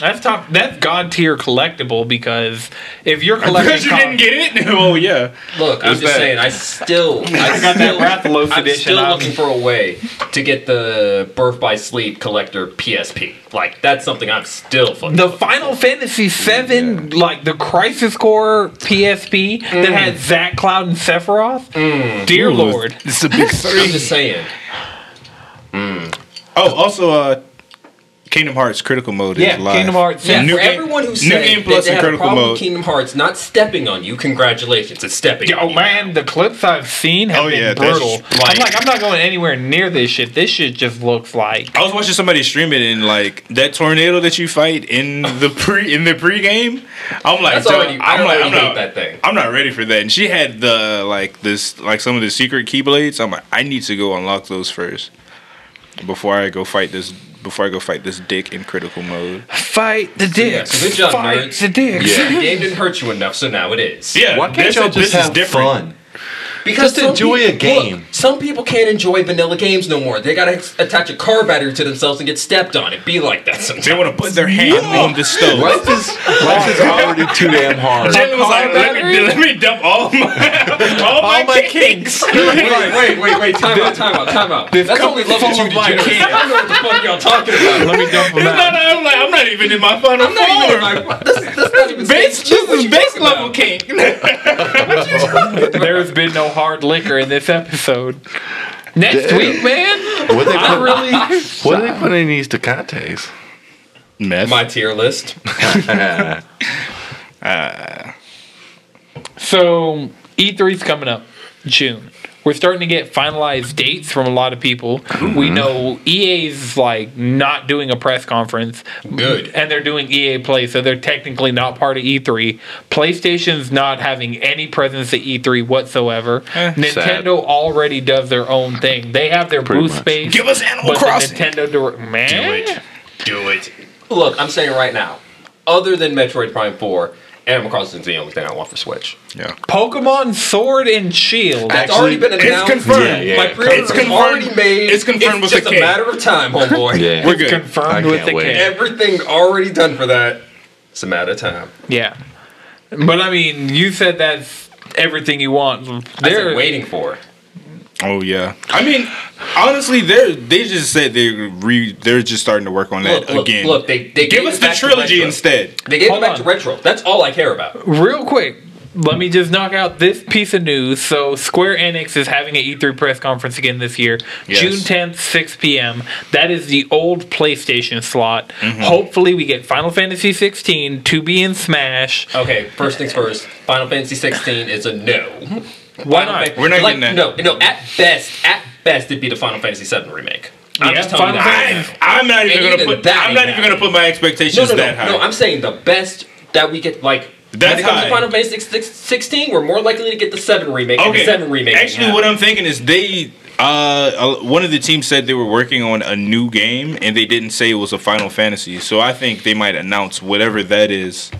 B: That's top. That's god tier collectible because if you're collecting, con-
F: get it. oh yeah.
C: Look, I'm just
F: that?
C: saying. I still, I,
B: got
C: still,
B: that Rathalos
C: I'm
B: edition,
C: still
B: I'm-
C: looking for a way to get the Birth by Sleep collector PSP. Like that's something I'm still fucking.
B: the Final Fantasy VII, like the Crisis Core PSP that had Zack Cloud and Sephiroth. Dear Lord,
F: It's a big
C: I'm
F: three.
C: just saying.
F: oh, also, uh, Kingdom Hearts Critical Mode
B: Yeah,
F: is live.
B: Kingdom Hearts,
C: Yeah,
B: yeah.
F: New
C: for
F: game-
C: everyone who
F: New
C: said
F: Game
C: that
F: Plus
C: they
F: and
C: had a
F: Critical
C: problem
F: Mode.
C: with Kingdom Hearts not stepping on you, congratulations, it's stepping on
B: oh
C: you.
B: man, the clips I've seen have
F: Oh,
B: been
F: yeah, that's
B: brutal. I'm like, I'm not going anywhere near this shit. This shit just looks like
F: I was watching somebody stream it, and like that tornado that you fight in the pre in the pregame, I'm like,
C: That's
F: "Duh,
C: already- I
F: I'm like,
C: already
F: I'm
C: hate
F: not,
C: that thing.
F: I'm not ready for that. And she had the like this like some of the secret keyblades. I'm like, I need to go unlock those first before I go fight this before I go fight this dick in critical mode.
B: fight the
C: yeah,
B: dicks,
C: so good job,
B: fight
C: nerds.
B: the dicks.
C: The game didn't hurt you enough, so now it is.
F: Yeah,
D: Why can't
F: that's-
D: y'all just
F: this is
D: have
F: different.
D: fun?
C: Because
D: Just
C: some
D: enjoy
C: peop-
D: a game.
C: Look, some people can't enjoy vanilla games no more. They gotta ex- attach a car battery to themselves and get stepped on. It be like that sometimes.
F: They want to put their hand on the stove.
D: Life is life is already too damn hard.
F: Jalen was like, let me,
B: battery?
F: let me dump all my all, my, kinks.
C: wait, wait, wait, wait, time out, time out, time out. That's only level two degenerates. I don't know what the fuck y'all talking about.
B: Let me dump
F: It's
B: them out.
F: not- I'm like, I'm not even in my final
C: I'm not even in
F: form.
C: my. This, this not even
F: Base, this is base level kink.
B: There's been no hard liquor in this episode. Next
D: Damn.
B: week, man.
D: What they
B: I
D: put,
B: really.
D: what do they put in these Tecantes?
F: Meth.
C: My tier list.
B: So E3 is coming up June. We're starting to get finalized dates from a lot of people. We know EA's like not doing a press conference.
C: Good.
B: And they're doing EA Play, so they're technically not part of E3. PlayStation's not having any presence at E3 whatsoever. Nintendo
D: sad.
B: already does their own thing. They have their booth
D: much.
B: space.
F: Give us Animal
B: but the
F: Crossing.
B: Nintendo Direct, man.
C: Do it. Look, I'm saying right now, other than Metroid Prime 4, Animal Crossing is the only thing I want for Switch.
B: Pokemon Sword and Shield.
C: That's
D: Actually,
C: already been
F: it's
C: announced.
F: confirmed.
D: Yeah, yeah.
C: My pre-order
F: It's
C: is
F: confirmed.
C: already made.
F: It's confirmed
C: It's just
F: with a
C: a
F: K.
C: matter of time, homeboy.
D: Yeah.
B: We're
F: good.
B: confirmed
D: I
B: with
D: can't
B: the
D: wait.
B: K.
C: Everything already done for that.
A: It's a matter of time.
B: Yeah. But I mean, you said that's everything you want.
A: They're
B: There,
A: waiting for it.
F: Oh yeah. I mean, honestly, they they just said they re they're just starting to work on that
A: Look, look,
F: again.
A: look, they, they
F: Give
A: gave
F: us
A: it
F: the
A: back to
F: trilogy
A: Retro.
F: instead.
A: They gave it
B: Hold
A: back
B: on.
A: to retro. That's all I care about.
B: real quick, let me just knock out this piece of news. So Square Enix is having an E3 press conference again this year, June 10th, 6 p.m. That is the old PlayStation slot.
F: Mm-hmm.
B: Hopefully, we get Final Fantasy 16 to be in Smash.
F: Uh-huh.
A: Okay, first things first. Final Fantasy 16 is a no.
B: Why
A: Final
B: not?
A: Fan-
F: We're not
A: like,
F: getting that.
A: No, no. At best, at best, it'd be the Final Fantasy 7 remake. I'm
B: Yeah,
A: just telling you
B: Final
A: that.
B: Fantasy-
F: I'm not even
A: And
F: gonna
A: even
F: put
A: that
F: I'm not
A: ain't
F: even gonna put my
A: No,
F: expectations
A: no, no,
F: that high.
A: no. I'm saying the best that we get, like.
F: That's
A: when it comes
F: high.
A: to Final Fantasy 16, we're more likely to get the 7 remake. and
F: okay.
A: the 7 remake.
F: Actually, what I'm thinking is they. Uh, uh, one of the teams said they were working on a new game, and they didn't say it was a Final Fantasy. So I think they might announce whatever that is.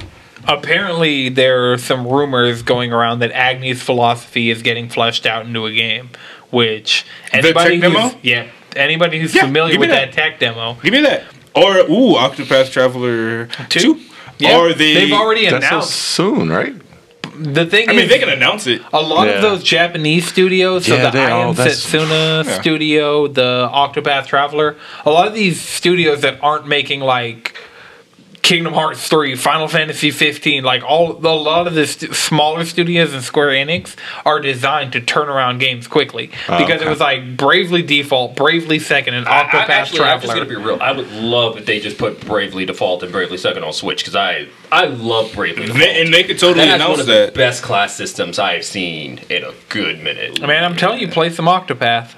B: Apparently, there are some rumors going around that Agni's philosophy is getting fleshed out into a game, which anybody
F: tech
B: who's-
F: demo?
B: yeah, anybody who's
F: Yeah,
B: familiar
F: give me
B: with that
F: that.
B: tech demo
F: Give me that. Or ooh, Octopath Traveler two.
B: Yeah,
F: Or they?
B: have already
D: That's so
B: announced
D: soon, right?
B: the thing.
F: I mean,
B: is,
F: they can announce it.
B: a lot
D: Yeah.
B: of those Japanese studios, so
D: Yeah,
B: the
D: they all-
B: Ion
D: that's-
B: Setsuna
F: yeah.
B: studio, the Octopath Traveler, a lot of these studios that aren't making like Kingdom Hearts 3, Final Fantasy 15, like all a lot of the st- smaller studios and Square Enix are designed to turn around games quickly
D: Ah,
B: because it was like Bravely Default, Bravely Second, and
C: I,
B: Octopath
C: I actually, I'm just
B: Traveler.
C: gonna be real. I would love if they just put Bravely Default and Bravely Second on Switch because I I love Bravely Default.
F: They- and they could totally
C: That's one
F: announce
C: of the
F: that.
C: best class systems I have seen in a good minute.
B: Man, I'm telling you, play some Octopath.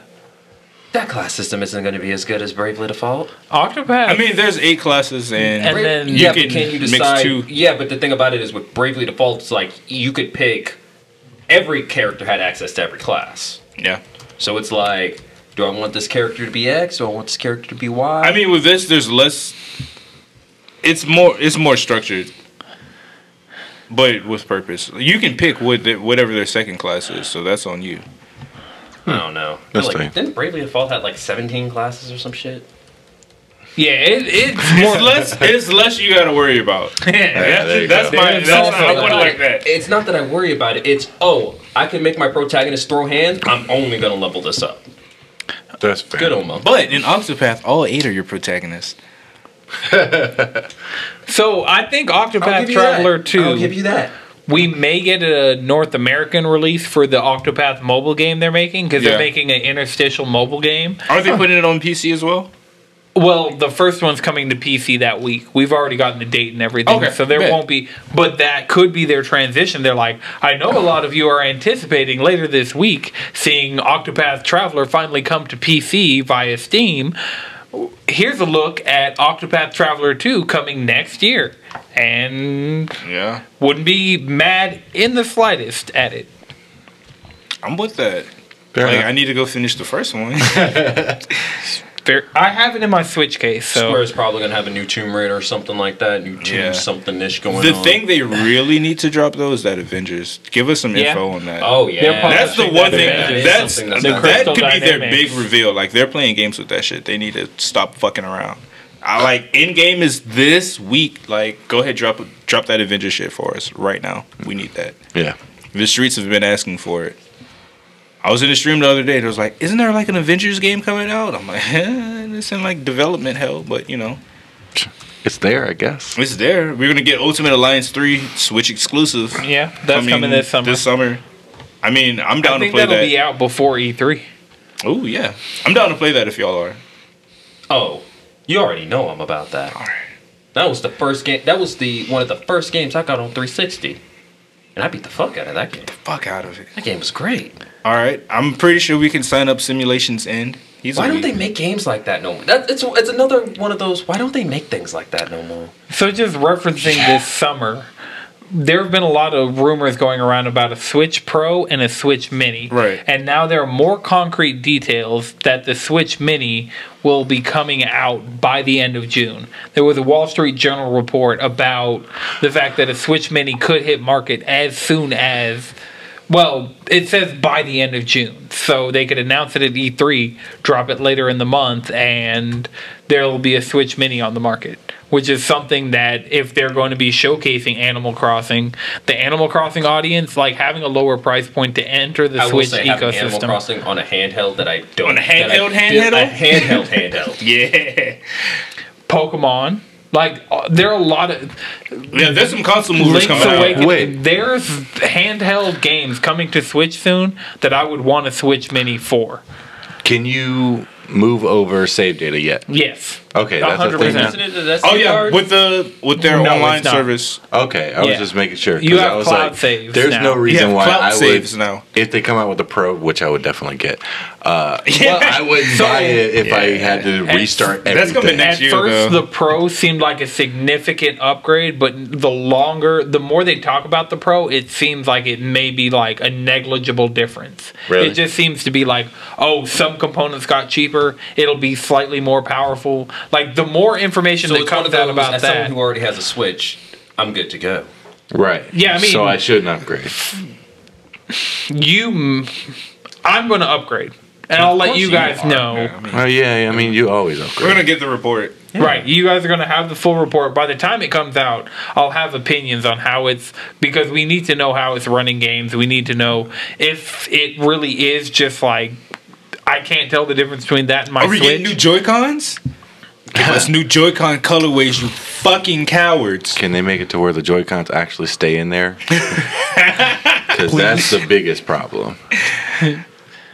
C: that class system isn't going to be as good as Bravely Default.
B: Octopath.
F: I mean, there's eight classes, and,
B: and then
F: you
C: yeah,
F: can,
C: but can you
F: mix
C: decide? e-
F: two.
C: Yeah, but the thing about it is with Bravely Default, it's like you could pick. Every character had access to every class,
F: yeah.
C: so it's like, do I want this character to be X? Do I want this character to be Y?
F: I mean, with this, there's less. It's more. It's more structured, but with purpose. You can pick what the, whatever their second class is, so that's on you.
C: I don't know.
D: That's
C: like,
D: fair.
C: didn't Bravely Default had like 17 classes or some shit?
B: yeah, it, it's
F: It's
B: more.
F: less. It's less you got to worry about.
D: Yeah, there you
F: that's
D: go.
F: my. That's I
C: Like,
F: want it like that.
C: It's not that I worry about it. It's oh, I can make my protagonist throw hands. I'm only gonna level this up.
D: That's fair.
C: Good on them.
F: But in Octopath, all eight are your protagonists.
B: So I think Octopath Traveler 2.
C: I'll give you that.
B: We may get a North American release for the Octopath mobile game they're making because
F: Yeah.
B: they're making an interstitial mobile game.
F: Are they putting it on PC as well?
B: Well, the first one's coming to PC that week. We've already gotten the date and everything,
F: Okay,
B: so there
F: bet.
B: won't be. But that could be their transition. They're like, I know a lot of you are anticipating later this week seeing Octopath Traveler finally come to PC via Steam. Here's a look at Octopath Traveler 2 coming next year. And
F: Yeah,
B: wouldn't be mad in the slightest at it.
F: I'm with that.
D: Fair
F: like,
D: enough.
F: I need to go finish the first one.
B: There, I have it in my Switch case, so
C: Square's probably gonna have a new Tomb Raider or something like that. New Tomb
F: Yeah.
C: something ish going
F: the
C: on.
F: thing they really need to drop though is that Avengers. Give us some
B: Yeah.
F: info on that.
C: Oh yeah.
B: They're probably-
F: That's the
B: Something
F: one
B: that
F: thing.
B: they-
F: That's,
C: something that's
F: that
B: not there.
F: could be their
B: Dynamics.
F: big reveal. Like they're playing games with that shit. They need to stop fucking around. I like in game is this week. Like go ahead, drop drop that Avengers shit for us right now. We need that.
D: Yeah.
F: The streets have been asking for it. I was in a stream the other day. and It was like, isn't there like an Avengers game coming out? I'm like, eh, it's in like development hell, but you know,
D: It's there, I guess.
F: it's there. We're gonna get Ultimate Alliance three Switch exclusive.
B: yeah, that's
F: mean,
B: coming this summer.
F: This summer. I mean, I'm
B: I
F: down to
B: think
F: play
B: that'll
F: that.
B: be out before E E3.
F: Oh yeah, I'm down to play that if y'all are.
C: Oh, you already know I'm about that. That was the first game. That was the one of the first games I got on 360, and I beat the fuck out of that game.
F: Fuck out of it.
C: That game was great.
F: All right, I'm pretty sure we can sign up Simulations End. He's
C: Why
F: a-
C: don't they make games like that no more? That, it's it's another one of those. Why don't they make things like that no more?
B: So just referencing this summer, there have been a lot of rumors going around about a Switch Pro and a Switch Mini.
F: Right.
B: And now there are more concrete details that the Switch Mini will be coming out by the end of June. There was a Wall Street Journal report about the fact that a Switch Mini could hit market as soon as well, it says by the end of June. So they could announce it at E E3, drop it later in the month, and there'll be a Switch Mini on the market. which is something that if they're going to be showcasing Animal Crossing, the Animal Crossing audience, like having a lower price point to enter the
C: I will
B: Switch
C: say having Animal
B: ecosystem.
C: Crossing on a handheld that I don't. On a
H: handheld
C: A
H: handheld?
C: handheld handheld.
H: Yeah.
B: Pokemon, like uh, there are a lot of
H: Yeah, there's some console movers
B: Link's
H: coming out.
B: Awakening.
D: Wait.
B: There's handheld games coming to Switch soon that I would want a Switch Mini for.
D: Can you move over save data yet?
B: Yes.
D: Okay,
B: A
D: that's a
B: hundred
D: thing.
B: percent.
D: now.
C: Isn't it an SD
H: Oh yeah,
C: card?
H: with the with their
B: No,
H: online
B: it's not.
H: service.
D: Okay, I
B: Yeah.
D: was just making sure. 'cause
B: You have
D: I was
B: cloud saves
D: There's
B: now.
D: no
B: You
D: reason
F: have
D: why
F: cloud
D: I would,
F: saves now.
D: if they come out with a pro, which I would definitely get. Uh, well, I would buy it if I had to restart everything.
F: That's gonna be next
B: At
F: year
B: first,
F: though.
B: the Pro seemed like a significant upgrade, but the longer, the more they talk about the Pro, it seems like it may be like a negligible difference.
D: Really?
B: It just seems to be like, oh, some components got cheaper. It'll be slightly more powerful. Like the more information
C: So
B: that
C: it's one
B: comes
C: of those,
B: out about
C: as
B: that.
C: someone who already has a Switch, I'm good to go.
D: right.
B: Yeah, I mean-
D: so I shouldn't upgrade.
B: you m- i'm gonna upgrade and i'll let you guys know
D: Oh yeah, I mean you always
F: We're
D: upgrade.
F: gonna get the report.
B: right you guys are gonna have the full report by the time it comes out i'll have opinions on how it's because we need to know how it's running games we need to know if it really is just like i can't tell the difference between that and my
F: Are we getting
B: switch
F: new Joy Cons? Give us new Joy Con colorways, you fucking cowards.
D: Can they make it to where the Joy Cons actually stay in there? Because that's the biggest problem.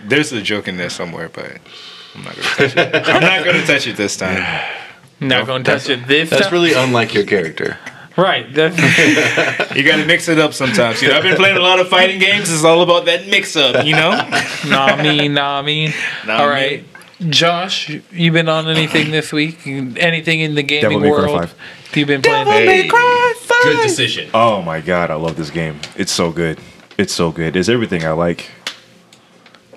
F: There's a joke in there somewhere, but I'm not gonna touch it. I'm not gonna touch it this time.
B: not gonna touch it this
D: That's
B: time.
D: really unlike your character.
B: right that's
F: You gotta mix it up sometimes. You know, I've been playing a lot of fighting games. It's all about that mix up, you know?
B: nah mean nah mean
F: Nah,
B: all right Josh, you been on anything this week? Anything in the gaming
E: Devil May Cry
B: world?
E: five.
B: You've been playing.
E: Hey.
C: Good decision.
E: Oh my god, I love this game. It's so good. It's so good. It's everything I like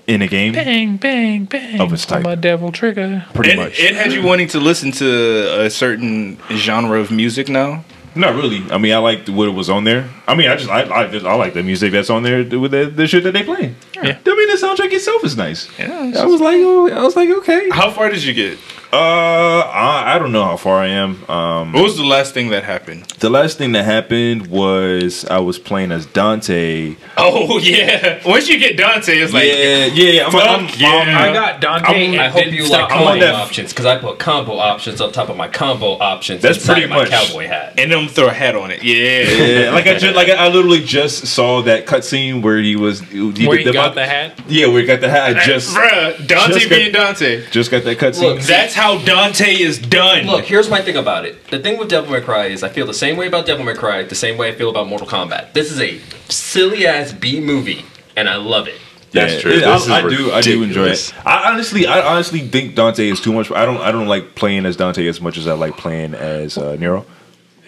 E: in a game.
B: Bang, bang, bang.
E: Of its
B: for
E: type.
B: My devil trigger.
E: Pretty
F: It,
E: much.
F: it had you wanting to listen to a certain genre of music now.
E: Not really. I mean, I liked what was on there. I mean, I just I I, just, I like the music that's on there with the, the shit that they play.
B: Yeah.
E: I mean, the soundtrack itself is nice.
F: Yeah,
E: I was like, oh, I was like, okay.
F: How far did you get?
E: Uh, I, I don't know how far I am. Um,
F: What was the last thing that happened?
E: the last thing that happened was I was playing as Dante.
H: Oh yeah. Once you get Dante, it's like
E: yeah, yeah. I'm, I'm,
H: fuck yeah.
B: I got Dante. and
C: I hope
B: didn't
C: you like
B: stop
E: I'm on
C: combo
E: that-
C: options because I put combo options on top of my combo options.
E: That's
C: inside
E: pretty
C: my
E: much-
C: cowboy hat.
F: And them throw a hat on it. Yeah.
E: yeah, like I just like I I literally just saw that cutscene where he was he
B: where
E: did
B: he got
E: Devon-
B: the hat.
E: Yeah, where he got the hat. I just
F: Bruh,
E: Just
F: Dante
E: got-
F: being Dante.
E: just got that cutscene.
C: Look,
F: That's how Dante is done.
C: Look, here's my thing about it. The thing with Devil May Cry is I feel the same way about Devil May Cry, the same way I feel about Mortal Kombat. This is a silly ass B movie, and I love it.
D: That's true.
E: it- I,
D: This is
E: I do. I do enjoy
D: ridiculous.
E: it. I honestly, I honestly think Dante is too much. I don't. I don't like playing as Dante as much as I like playing as uh, Nero.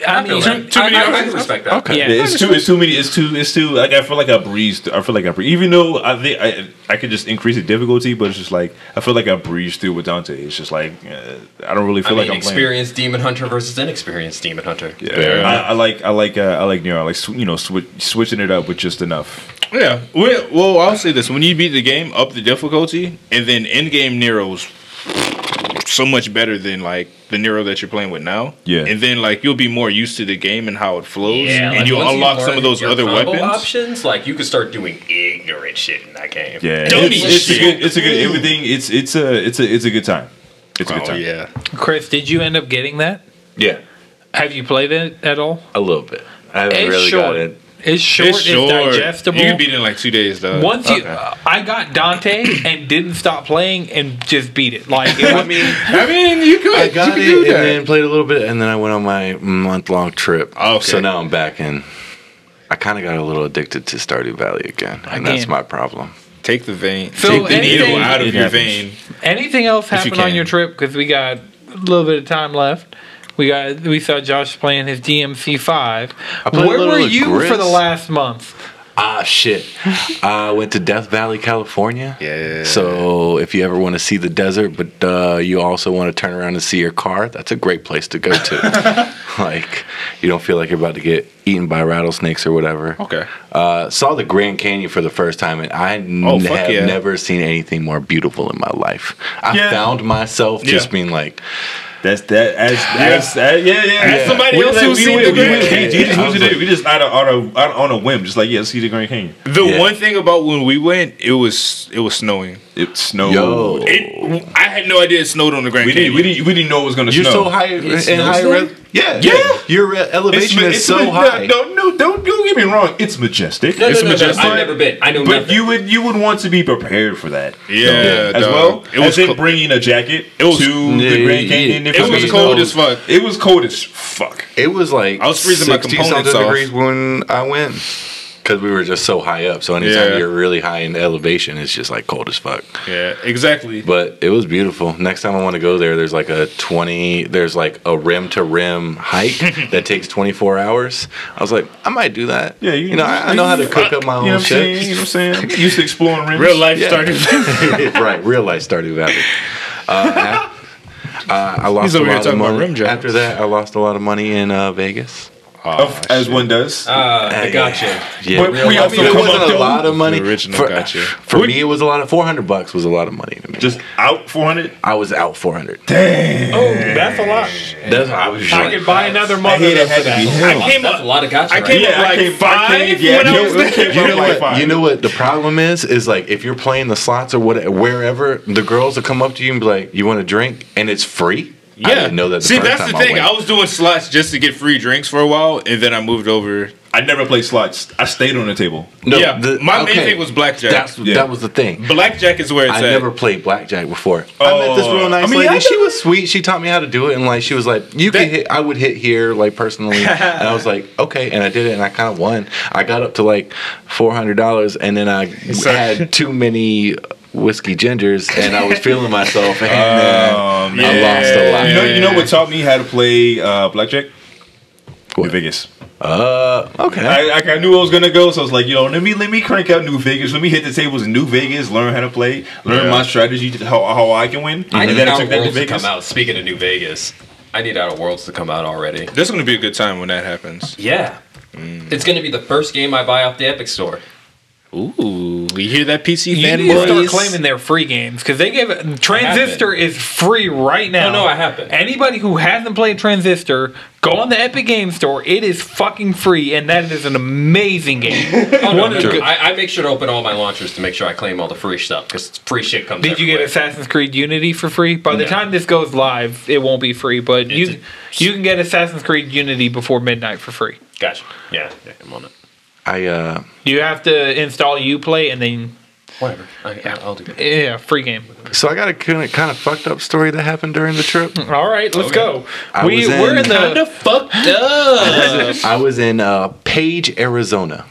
B: I
C: I,
B: mean,
C: like,
B: I-
C: I,
B: I-
C: I, I can respect that.
D: Okay.
B: Yeah.
E: Yeah, it's too. It's too many. It's too. It's too. Like I feel like I breezed. I feel like I breezed. Even though I think I, I could just increase the difficulty, but it's just like I feel like I breezed through with Dante. It's just like uh, I don't really
C: I
E: feel
C: mean,
E: like I'm playing.
C: experienced Demon Hunter versus inexperienced Demon Hunter.
E: Yeah, I, I like. I like. Uh, I like Nero. I like sw- you know swi- switching it up with just enough.
F: Yeah. Well, well, I'll say this: when you beat the game, up the difficulty, and then in-game Nero's so much better than like the Nero that you're playing with now.
E: Yeah.
F: And then like you'll be more used to the game and how it flows,
C: Yeah,
F: and
C: like,
F: you'll
C: once you
F: unlock some
C: learn
F: of those
C: your
F: other
C: combo
F: weapons.
C: Options like you could start doing ignorant shit in that game.
E: Yeah,
F: Don't
E: it's,
F: eat
E: it's a
F: shit.
E: good. It's a good. Everything. It's it's a it's a it's a good time. It's a good
F: Oh
E: time.
F: yeah.
B: Chris, did you end up getting that?
D: Yeah,
B: Have you played it at all?
D: a little bit. I haven't
B: It's
D: really
B: short.
D: got it.
B: It's short. It's, digestible.
F: You can beat it in like two days though.
B: Once you, I got Dante and didn't stop playing and just beat it. Like it was,
F: I mean, you could.
D: I got it
F: you could do
D: and
F: that.
D: then played a little bit, and then I went on my month long trip.
F: Okay.
D: So now I'm back in. I kind of got a little addicted to Stardew Valley again, and that's
B: Again.
D: my problem.
F: Take the vein.
B: So
F: Take the needle
B: anything-
F: out of
E: It
F: your
E: happens.
F: vein.
B: anything else
F: If you
B: happened on
F: can.
B: your trip? Because we got a little bit of time left. We got we saw Josh playing his DMC five.
D: played a
B: Where
D: little
B: were
D: of
B: you for
D: Grits.
B: the last month?
D: Ah, shit. I went to Death Valley, California.
F: Yeah.
D: So if you ever want to see the desert, but uh, you also want to turn around and see your car, that's a great place to go to. like, you don't feel like you're about to get eaten by rattlesnakes or whatever.
F: Okay.
D: Uh, saw the Grand Canyon for the first time, and I n-
F: Oh, fuck
D: have
F: yeah.
D: never seen anything more beautiful in my life. I
E: Yeah.
D: found myself just
F: Yeah.
D: being like,
E: That's that. As, as, as- yeah, yeah, yeah.
H: somebody else who's seen the Grand
E: Canyon. We just moved to the- we just out of, out of out on a whim, just like yeah, see the Grand Canyon.
H: The
D: Yeah.
H: one thing about when we went, it was it was snowing.
E: It snowed.
D: Yo.
H: It, I had no idea it snowed on the Grand
E: We
H: Canyon.
E: didn't, we didn't we didn't know it was gonna
D: You're
E: snow.
D: so high in high
C: snows
D: res- Yeah,
H: Yeah.
D: Your uh, elevation
E: ma-
D: is so
E: ma-
D: high.
E: No, no, no, don't don't get me wrong. It's majestic.
C: No, no,
E: It's
C: no, no,
E: majestic.
C: I've never been. I know
E: But
C: nothing.
E: you would you would want to be prepared for that.
H: Yeah,
E: as
H: dog.
E: well.
H: It was
E: as in
H: cl-
E: bringing a jacket
H: was-
E: to the
D: Yeah,
E: Grand
D: yeah,
E: Canyon.
D: yeah.
E: if
H: it
E: it's
H: was
E: gonna
H: cold
E: snow.
H: as fuck.
E: It was cold as fuck.
D: It was like
H: I was freezing my
D: 60
H: components
D: something
H: off.
D: degrees when I went because we were just so high up. So anytime
H: Yeah.
D: you're really high in elevation, it's just like cold as fuck.
H: Yeah, exactly.
D: But it was beautiful. Next time I want to go there, there's like a 20, there's like a rim to rim hike that takes 24 hours. I was like, I might do that.
E: Yeah, you-
D: you, know, I, I know how to cook up my
E: You know
D: own
E: what I'm saying? You
D: shit.
E: know what I'm saying? I'm Used to exploring rims.
H: Real life
D: Yeah.
H: started.
D: right, real life Stardew Valley. Uh, I, uh, I lost
H: He's
D: a
H: over here
D: lot of
H: talking about
D: money.
H: rim jobs.
D: After that, I lost a lot of money in uh, Vegas.
F: Oh,
E: Of- as one does.
C: Ah, I gotcha.
D: Yeah,
E: But we
D: I
E: also
D: mean, it
E: come
D: wasn't
E: up
D: a
E: though.
D: lot of money.
H: The original
D: for
H: gotcha.
D: for me, it was a lot of four hundred bucks was a lot of money to me.
E: Just out 400.
D: I was out four hundred.
B: Oh, That's a lot.
D: That's I was just
B: I
D: like,
B: could buy another mother though for that.
C: I came That's a lot of gotcha.
H: I
C: right
H: came
C: there.
H: up like five when I was there.
D: you know what? You know what the problem is? Is like if you're playing the slots or whatever, wherever the girls will come up to you and be like, "You want a drink?" and it's free.
H: Yeah.
D: I didn't know that. The
H: See,
D: first
H: that's
D: time
H: the thing.
D: I,
H: I,
D: went.
H: was doing slots just to get free drinks for a while, and then I moved over.
E: I never played slots. I stayed on the table.
D: No,
H: yeah,
D: the-
H: my main
D: okay.
H: thing was blackjack.
D: That's
E: Yeah.
D: that was the thing.
H: blackjack is where it's
D: I
H: at.
D: never played blackjack before. I met this
E: Oh,
D: real nice
E: I mean,
D: lady.
E: I
D: she
E: never-
D: was sweet. She taught me how to do it, and like she was like, "You can hit." I would hit here, like personally, and I was like, "Okay," and I did it, and I kind of won. I got up to like four hundred dollars, and then I had too many whiskey gingers, and I was feeling myself, and uh,
E: Um,
D: I lost a lot.
E: You know, you know what taught me how to play uh, blackjack? New Vegas.
D: Uh, okay.
E: I, I, I knew I was gonna go, so I was like, yo, let me let me crank out New Vegas. Let me hit the tables in New Vegas, learn how to play, learn my strategy, to how, how I can win.
C: I need
E: then
C: Outer Worlds to come out. Speaking of New Vegas, I need Outer Worlds to come out already.
H: That's gonna be a good time when that happens.
C: Yeah. It's going to be the first game I buy off the Epic Store.
H: Ooh, you hear that PC
B: You need to start claiming their free games because they give Transistor is free right now.
C: Oh, no, I have been.
B: Anybody who hasn't played Transistor, go on the Epic Game Store. It is fucking free, and that is an amazing game.
C: Oh, no, no, no.
D: Sure.
C: I, I make sure to open all my launchers to make sure I claim all the free stuff because free shit comes.
B: Did you get
C: everywhere.
B: Assassin's Creed Unity for free? By the
C: No.
B: time this goes live, it won't be free, but you you can get Assassin's Creed Unity before midnight for free.
C: Gotcha. Yeah, yeah, I'm on it.
D: I uh,
B: You have to install UPlay and then
C: Whatever. I, I, I'll do it.
B: yeah, free game.
D: so I got a kind of fucked up story that happened during the trip.
B: All right, let's go.
D: I
B: we
D: was in-
B: we're in the
D: I was in uh, Page, Arizona,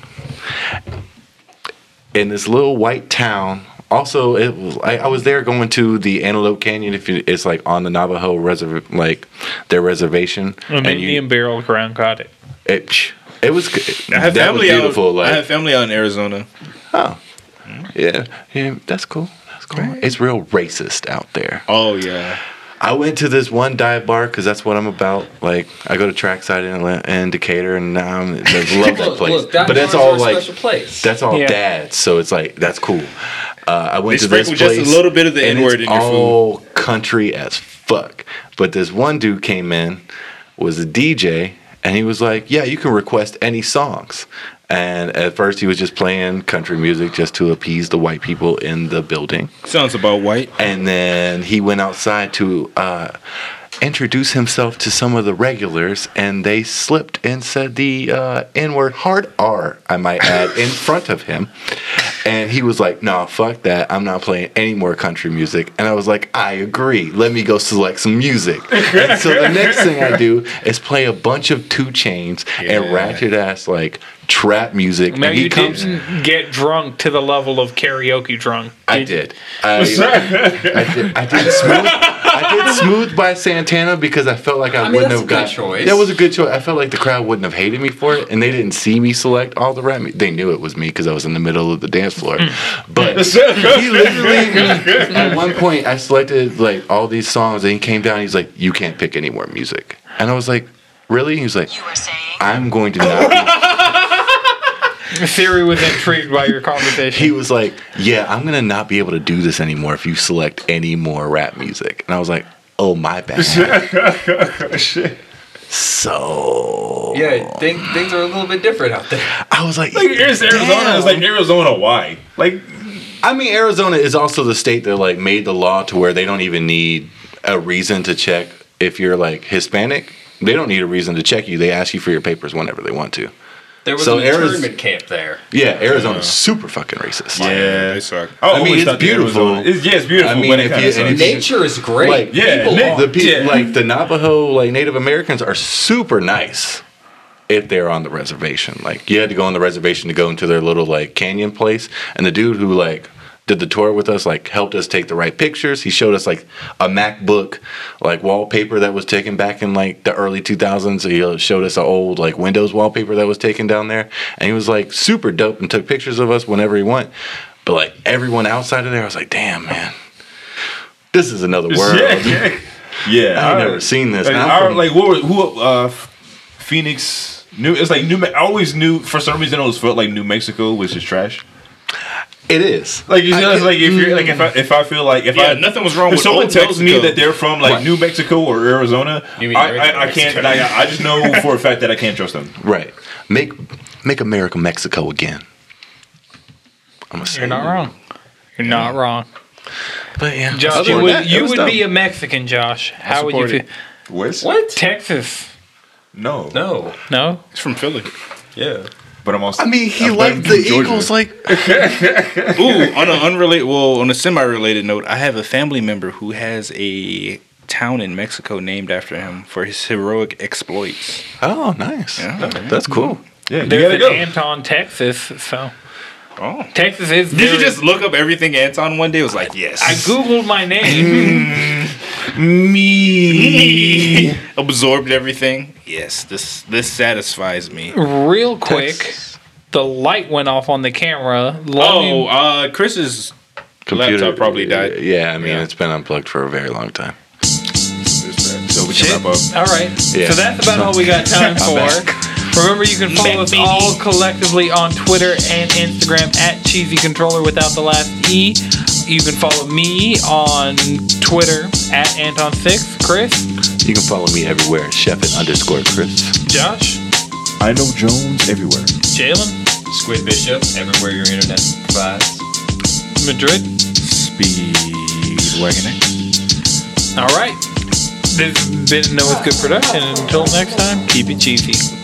D: in this little white town. Also, it was, I, I was there going to the Antelope Canyon. If you, it's like on the Navajo reserv, like their reservation,
B: and
D: and
B: me
D: you,
B: and Barrel Ground got it.
D: it, psh, it was good.
H: I have
D: that was
H: family
D: beautiful.
H: out.
D: like,
H: I have family out in Arizona.
D: yeah, yeah, that's cool. That's cool. It's real racist out there.
H: Oh yeah,
D: I went to this one dive bar because that's what I'm about. Like, I go to Trackside in, Atlanta, in Decatur, and now I'm, I love that place.
C: that
D: but
C: bar's
D: that's all
C: our
D: like
C: special place.
D: That's all
B: Yeah.
D: dads, so it's like that's cool. Uh, I went
H: They
D: to this place.
H: sprinkle just a little bit of the
D: and
H: N-word
D: it's
H: in your food.
D: all country as fuck. But this one dude came in, was a DJ, and he was like, "Yeah, you can request any songs." And at first, he was just playing country music just to appease the white people in the building.
H: sounds about white.
D: And then he went outside to uh, introduce himself to some of the regulars, and they slipped and said the uh, N word, hard R, I might add, in front of him. And he was like, nah, fuck that. I'm not playing any more country music. And I was like, I agree. Let me go select some music. and so the next thing I do is play a bunch of two chains and ratchet ass, like, trap music.
B: Now
D: and he
B: you
D: comes.
B: didn't get drunk to the level of karaoke drunk.
D: I did. I, I did. I did smooth. I did smooth by Santana because I felt like I,
C: mean,
D: wouldn't
C: that's a
D: have
C: good
D: got.
C: choice.
D: That was a good choice. I felt like the crowd wouldn't have hated me for it, and they didn't see me select all the rap. mu- They knew it was me because I was in the middle of the dance floor.
C: Hmm.
D: But he literally, at one point, I selected like all these songs, and he came down. He's like, "You can't pick any more music," and I was like, "Really?" He was like,
I: You were saying?
D: "I'm going to not." be
B: Siri was intrigued by your
D: he
B: conversation.
D: was like, "Yeah, I'm gonna not be able to do this anymore if you select any more rap music." And I was like, Oh my bad.
E: Shit.
D: so
A: Yeah, thing, things are a little bit different out there.
D: I was like,
E: Like it's Arizona. It's like
D: Damn.
E: Arizona. Why? Like
D: I mean, Arizona is also the state that like made the law to where they don't even need a reason to check if you're like Hispanic. They don't need a reason to check you. They ask you for your papers whenever they want to.
A: There was
D: So
A: an
D: Ariz-
A: internment camp there.
D: Yeah, Arizona's super fucking racist.
E: yeah.
F: They suck.
E: I,
D: mean,
E: mean,
D: it's
E: it's beautiful.
D: beautiful.
E: It's, yeah, it's beautiful.
D: I mean,
E: but it
D: if
E: kinda
D: you-
E: sucks.
D: and if you-
A: Nature is great.
D: Like,
E: Yeah,
A: People
E: na-
A: are.
D: The people
E: Yeah.
D: like the Navajo, like Native Americans, are super nice if they're on the reservation. Like you had to go on the reservation to go into their little like canyon place, and the dude who like did the tour with us like helped us take the right pictures. He showed us like a MacBook like wallpaper that was taken back in like the early 2000s. He uh, showed us an old like Windows wallpaper that was taken down there, and he was like super dope and took pictures of us whenever he went. But like everyone outside of there, I was like, damn man. This is another world.
E: Yeah, yeah. yeah.
D: I've never seen this.
E: Like,
D: And I'm
E: our-
D: from-
E: like what were, who? Uh, Phoenix. New. It's like New. Me- I always knew for some reason I always felt like New Mexico, which is trash.
D: It is.
E: Like you know,
D: I-
E: it's like if you're like if I if I feel like if
H: Mm. Yeah,
E: I
H: nothing was wrong
E: if
H: with
E: someone
H: old
E: tells me
H: Mexico.
E: that they're from like New Mexico or Arizona,
A: You mean
E: I, I, I
A: everything
E: can't. Like, I just know for a fact that I can't trust them.
D: Right. Make make America Mexico again. I'm gonna say
B: You're not
D: it.
B: wrong. You're not wrong.
D: But yeah.
B: Josh,
D: other
B: you
D: than
B: would,
D: that, it
B: you
D: was
B: would
D: dumb.
B: be a Mexican, Josh. How would you
H: support
B: feel?
H: it.
E: What?
A: What?
B: Texas.
E: No,
A: No.
B: No?
H: It's from Philly.
A: Yeah.
E: But I'm also.
D: I mean, he
E: I'm
D: liked
E: from
D: the
E: Georgia.
D: Eagles. Like,
F: Ooh, on an unrelated, well, on a semi-related note, I have a family member who has a town in Mexico named after him for his heroic exploits.
D: oh, nice.
F: Yeah.
D: That's cool.
E: Yeah, you
B: There's
E: gotta
B: an
E: go.
B: Anton, Texas. So
F: Oh.
B: Texas is.
H: Did you
B: very-
H: just look up everything Anton one day? It was like, yes.
B: I googled my name.
H: me absorbed everything. Yes, this this satisfies me.
B: Real quick, the light went off on the camera.
H: Oh,
B: Long
H: uh, Chris is Laptop probably died.
D: Yeah, I mean,
H: Yeah.
D: it's been unplugged for a very long time.
E: So we can wrap up.
B: All right.
D: Yeah.
B: So that's about all we got time for. Remember, you can follow us all collectively on Twitter and Instagram at Cheesy Controller without the last E. You can follow me on Twitter at Anton6, Chris,
D: You can follow me everywhere, Chef and underscore Chris.
B: Josh,
E: I know Jones everywhere.
B: Jalen,
A: Squid Bishop, everywhere your internet provides.
B: Madrid.
F: Speed wagon.
B: All right. This has been Noah's Good Production. Until next time, keep it cheesy.